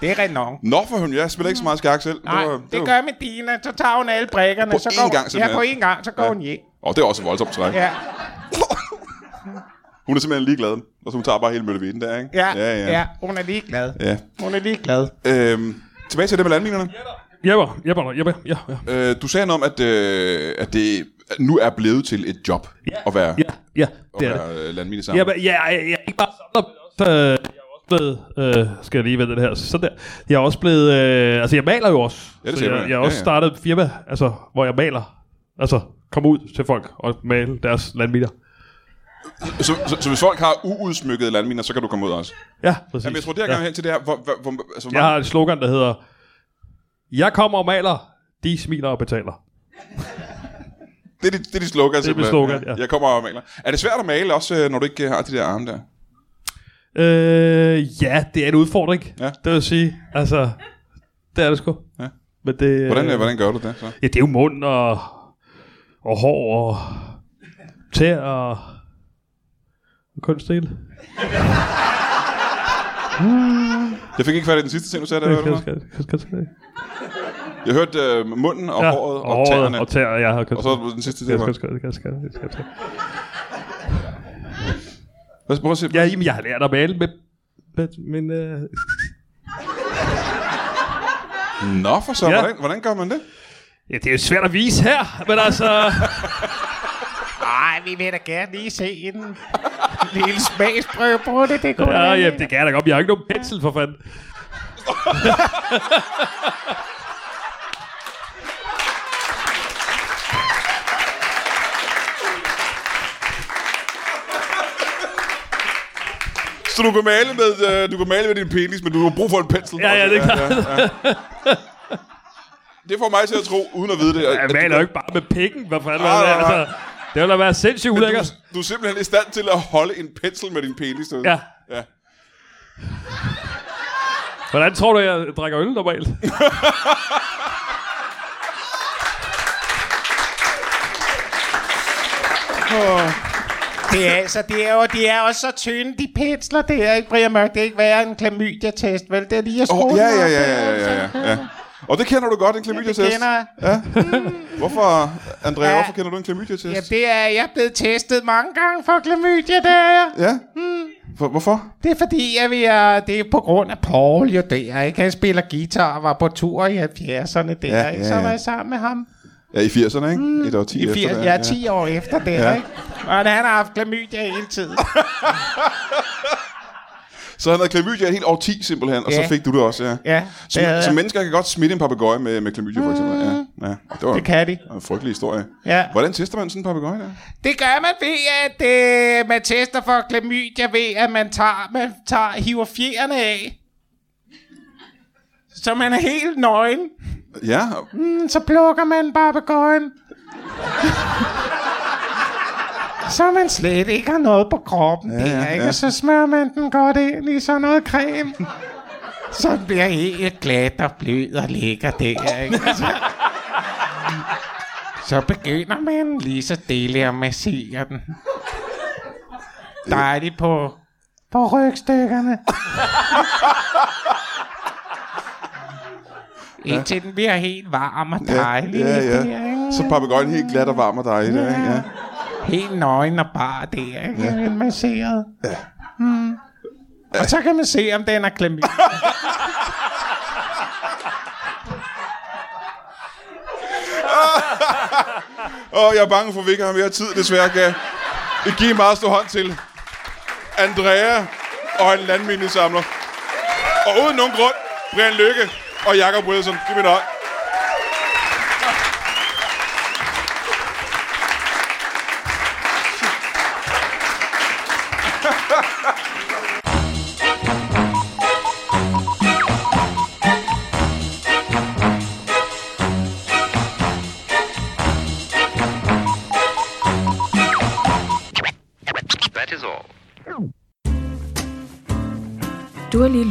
[SPEAKER 3] det er renon.
[SPEAKER 1] Nå, for hun, jeg spiller ikke så meget skak selv.
[SPEAKER 3] Mm. Nej,
[SPEAKER 1] var-
[SPEAKER 3] det, det
[SPEAKER 1] var-
[SPEAKER 3] gør Medina. Så tager hun alle brækkerne.
[SPEAKER 1] På
[SPEAKER 3] så
[SPEAKER 1] én
[SPEAKER 3] går,
[SPEAKER 1] gang,
[SPEAKER 3] Ja,
[SPEAKER 1] simpelthen.
[SPEAKER 3] på én gang, så går
[SPEAKER 1] Ja.
[SPEAKER 3] ja. hun hjem.
[SPEAKER 1] Åh, det er også et voldsomt træk.
[SPEAKER 3] Ja.
[SPEAKER 1] Hun er simpelthen ligeglad, og så hun tager bare hele møllevitten der, ikke?
[SPEAKER 3] Ja,
[SPEAKER 1] ja. ja. ja.
[SPEAKER 3] hun er ligeglad.
[SPEAKER 1] ja.
[SPEAKER 3] Hun er ligeglad.
[SPEAKER 1] Øhm, tilbage til det med landminerne.
[SPEAKER 2] Jepper, jepper, jepper, ja, ja.
[SPEAKER 1] Øh, du sagde noget om, at, øh, at det nu er blevet til et job at være,
[SPEAKER 2] Ja, ja, det
[SPEAKER 1] at
[SPEAKER 2] er det.
[SPEAKER 1] være øh, landmine sammen.
[SPEAKER 2] Ja, men jeg, jeg, jeg er ikke bare samler, men også, øh, jeg er også blevet, øh, skal jeg lige vende den her, så der. Jeg er også blevet, øh, altså jeg maler jo også.
[SPEAKER 1] Ja, det
[SPEAKER 2] så
[SPEAKER 1] ser
[SPEAKER 2] jeg,
[SPEAKER 1] man.
[SPEAKER 2] jeg har
[SPEAKER 1] Ja,
[SPEAKER 2] også
[SPEAKER 1] ja.
[SPEAKER 2] startet et firma, altså, hvor jeg maler, altså komme ud til folk og male deres landminer.
[SPEAKER 1] Så, så, så hvis folk har uudsmykkede landminer, så kan du komme ud også.
[SPEAKER 2] Ja, præcis.
[SPEAKER 1] Jamen, jeg tror, det jeg gerne vil hen til, det er, hvor, hvor, hvor, altså, hvor
[SPEAKER 2] Jeg har et slogan, der hedder, jeg kommer og maler, de smiler og betaler.
[SPEAKER 1] det, er dit, det er dit slogan,
[SPEAKER 2] mit
[SPEAKER 1] simpelthen.
[SPEAKER 2] slogan, ja.
[SPEAKER 1] Jeg kommer og maler. Er det svært at male også, øh, når du ikke øh, har de der arme der?
[SPEAKER 2] Øh, ja, det er en udfordring,
[SPEAKER 1] Ja.
[SPEAKER 2] ja. det vil jeg sige. Altså, det er det sgu.
[SPEAKER 1] Ja.
[SPEAKER 2] Men det,
[SPEAKER 1] Hvordan, øh, hvordan gør du det så?
[SPEAKER 2] Ja, det er jo mund og, og hår og tæer og, og kunstdel.
[SPEAKER 1] Jeg fik ikke færdig den sidste ting, du sagde. Der, hørte du noget? jeg hørte øh, munden og håret og, og tæerne.
[SPEAKER 2] Og tæer, ja. Og,
[SPEAKER 1] Og så den sidste ting. var-
[SPEAKER 2] ting.
[SPEAKER 1] Lad os prøve at se.
[SPEAKER 2] Ja, jamen, jeg har lært at male med... med men, øh,
[SPEAKER 1] Nå, for så.
[SPEAKER 2] Ja.
[SPEAKER 1] Hvordan, hvordan gør man det?
[SPEAKER 2] ja, det er jo svært at vise her, men altså...
[SPEAKER 3] Nej, vi vil da gerne lige se en lille smagsprøve på det. Det kunne
[SPEAKER 2] ja,
[SPEAKER 3] være-
[SPEAKER 2] jamen, det kan jeg da godt. Jeg har ikke nogen pensel, for fanden.
[SPEAKER 1] Så du kan male med, øh, du kan male med din penis, men du har brug for en pensel.
[SPEAKER 2] Ja, ja, det er klart.
[SPEAKER 1] ja. Det får mig til at tro, uden at vide det. at-
[SPEAKER 2] Jeg
[SPEAKER 1] at du-
[SPEAKER 2] maler jo ikke bare med pikken, hvad fanden.
[SPEAKER 1] Nej,
[SPEAKER 2] Ah,
[SPEAKER 1] nej, nej.
[SPEAKER 2] altså, det ville da være sindssygt ulækkert.
[SPEAKER 1] Du, du er simpelthen i stand til at holde en pensel med din penis. du ved.
[SPEAKER 2] Ja.
[SPEAKER 1] ja.
[SPEAKER 2] Hvordan tror du, jeg drikker øl normalt?
[SPEAKER 3] Det er, altså, det er jo de er også så tynde, de pensler der, ikke, Brian Mørk? Det er ikke værre en klamydia-test, vel? Det er lige at
[SPEAKER 1] Oh,
[SPEAKER 3] skrue
[SPEAKER 1] ja,
[SPEAKER 3] den
[SPEAKER 1] ja,
[SPEAKER 3] op,
[SPEAKER 1] ja, ja,
[SPEAKER 3] ikke?
[SPEAKER 1] ja, ja, ja. Og det kender du godt, en klamydia-test.
[SPEAKER 3] Det kender jeg.
[SPEAKER 1] Hvorfor, Andrea,
[SPEAKER 3] Ja.
[SPEAKER 1] hvorfor kender du en klamydia-test?
[SPEAKER 3] Ja, det er, jeg er blevet testet mange gange for klamydia, det er jeg.
[SPEAKER 1] Ja?
[SPEAKER 3] Hmm.
[SPEAKER 1] For, hvorfor?
[SPEAKER 3] Det er fordi, at vi er, det er på grund af Paul jo der, ikke? Han spiller guitar og var på tur i 70'erne der,
[SPEAKER 1] Ja,
[SPEAKER 3] ja, ikke?
[SPEAKER 1] ja,
[SPEAKER 3] Så var
[SPEAKER 1] ja.
[SPEAKER 3] jeg sammen med ham.
[SPEAKER 1] Ja, i 80'erne, ikke? Mm. Et år 10
[SPEAKER 3] Hmm. I 80,
[SPEAKER 1] efter det.
[SPEAKER 3] ja, 10 år efter det,
[SPEAKER 1] Ja.
[SPEAKER 3] ja. ikke? Og han har haft klamydia hele tiden.
[SPEAKER 1] Så han havde klamydia et helt år 10 simpelthen, og så
[SPEAKER 3] Ja.
[SPEAKER 1] fik du det også, ja.
[SPEAKER 3] Ja,
[SPEAKER 1] Så,
[SPEAKER 3] det, havde
[SPEAKER 1] så
[SPEAKER 3] jeg.
[SPEAKER 1] mennesker kan godt smitte en papegøje med, med klamydia, for eksempel. Ja, ja. Det var
[SPEAKER 3] det kan de.
[SPEAKER 1] en frygtelig historie.
[SPEAKER 3] Ja.
[SPEAKER 1] Hvordan tester man sådan en papegøje der?
[SPEAKER 3] Det gør man ved, at øh, man tester for klamydia ved, at man tager, man tager, hiver fjerne af. Så man er helt nøgen.
[SPEAKER 1] Ja,
[SPEAKER 3] Mm, så plukker man papegøjen. så man slet ikke har noget på kroppen ja, der, ikke? Ja. Så smører man den godt ind i sådan noget creme. Så den bliver helt glat og blød og ligger der, ikke? Så, så begynder man lige så stille at massere den. Dejligt på, på rygstykkerne. Indtil den bliver helt varm og dejlig.
[SPEAKER 5] ja, ja.
[SPEAKER 3] Der, ikke?
[SPEAKER 5] Så papegøjen helt glat og varm og dejlig. Ja. Ja.
[SPEAKER 3] helt nøgen og bare det, ikke? Ja. Masseret. Ja. Mm. Og så kan man se, om den er klamydia.
[SPEAKER 1] Og jeg er bange for, at vi ikke har mere tid, desværre kan jeg give en meget stor hånd til Andrea og en landmindesamler. Og uden nogen grund, Brian Lykke og Jakob Wilson. Giv mig en hånd.
[SPEAKER 6] That is all.
[SPEAKER 7] Du har lige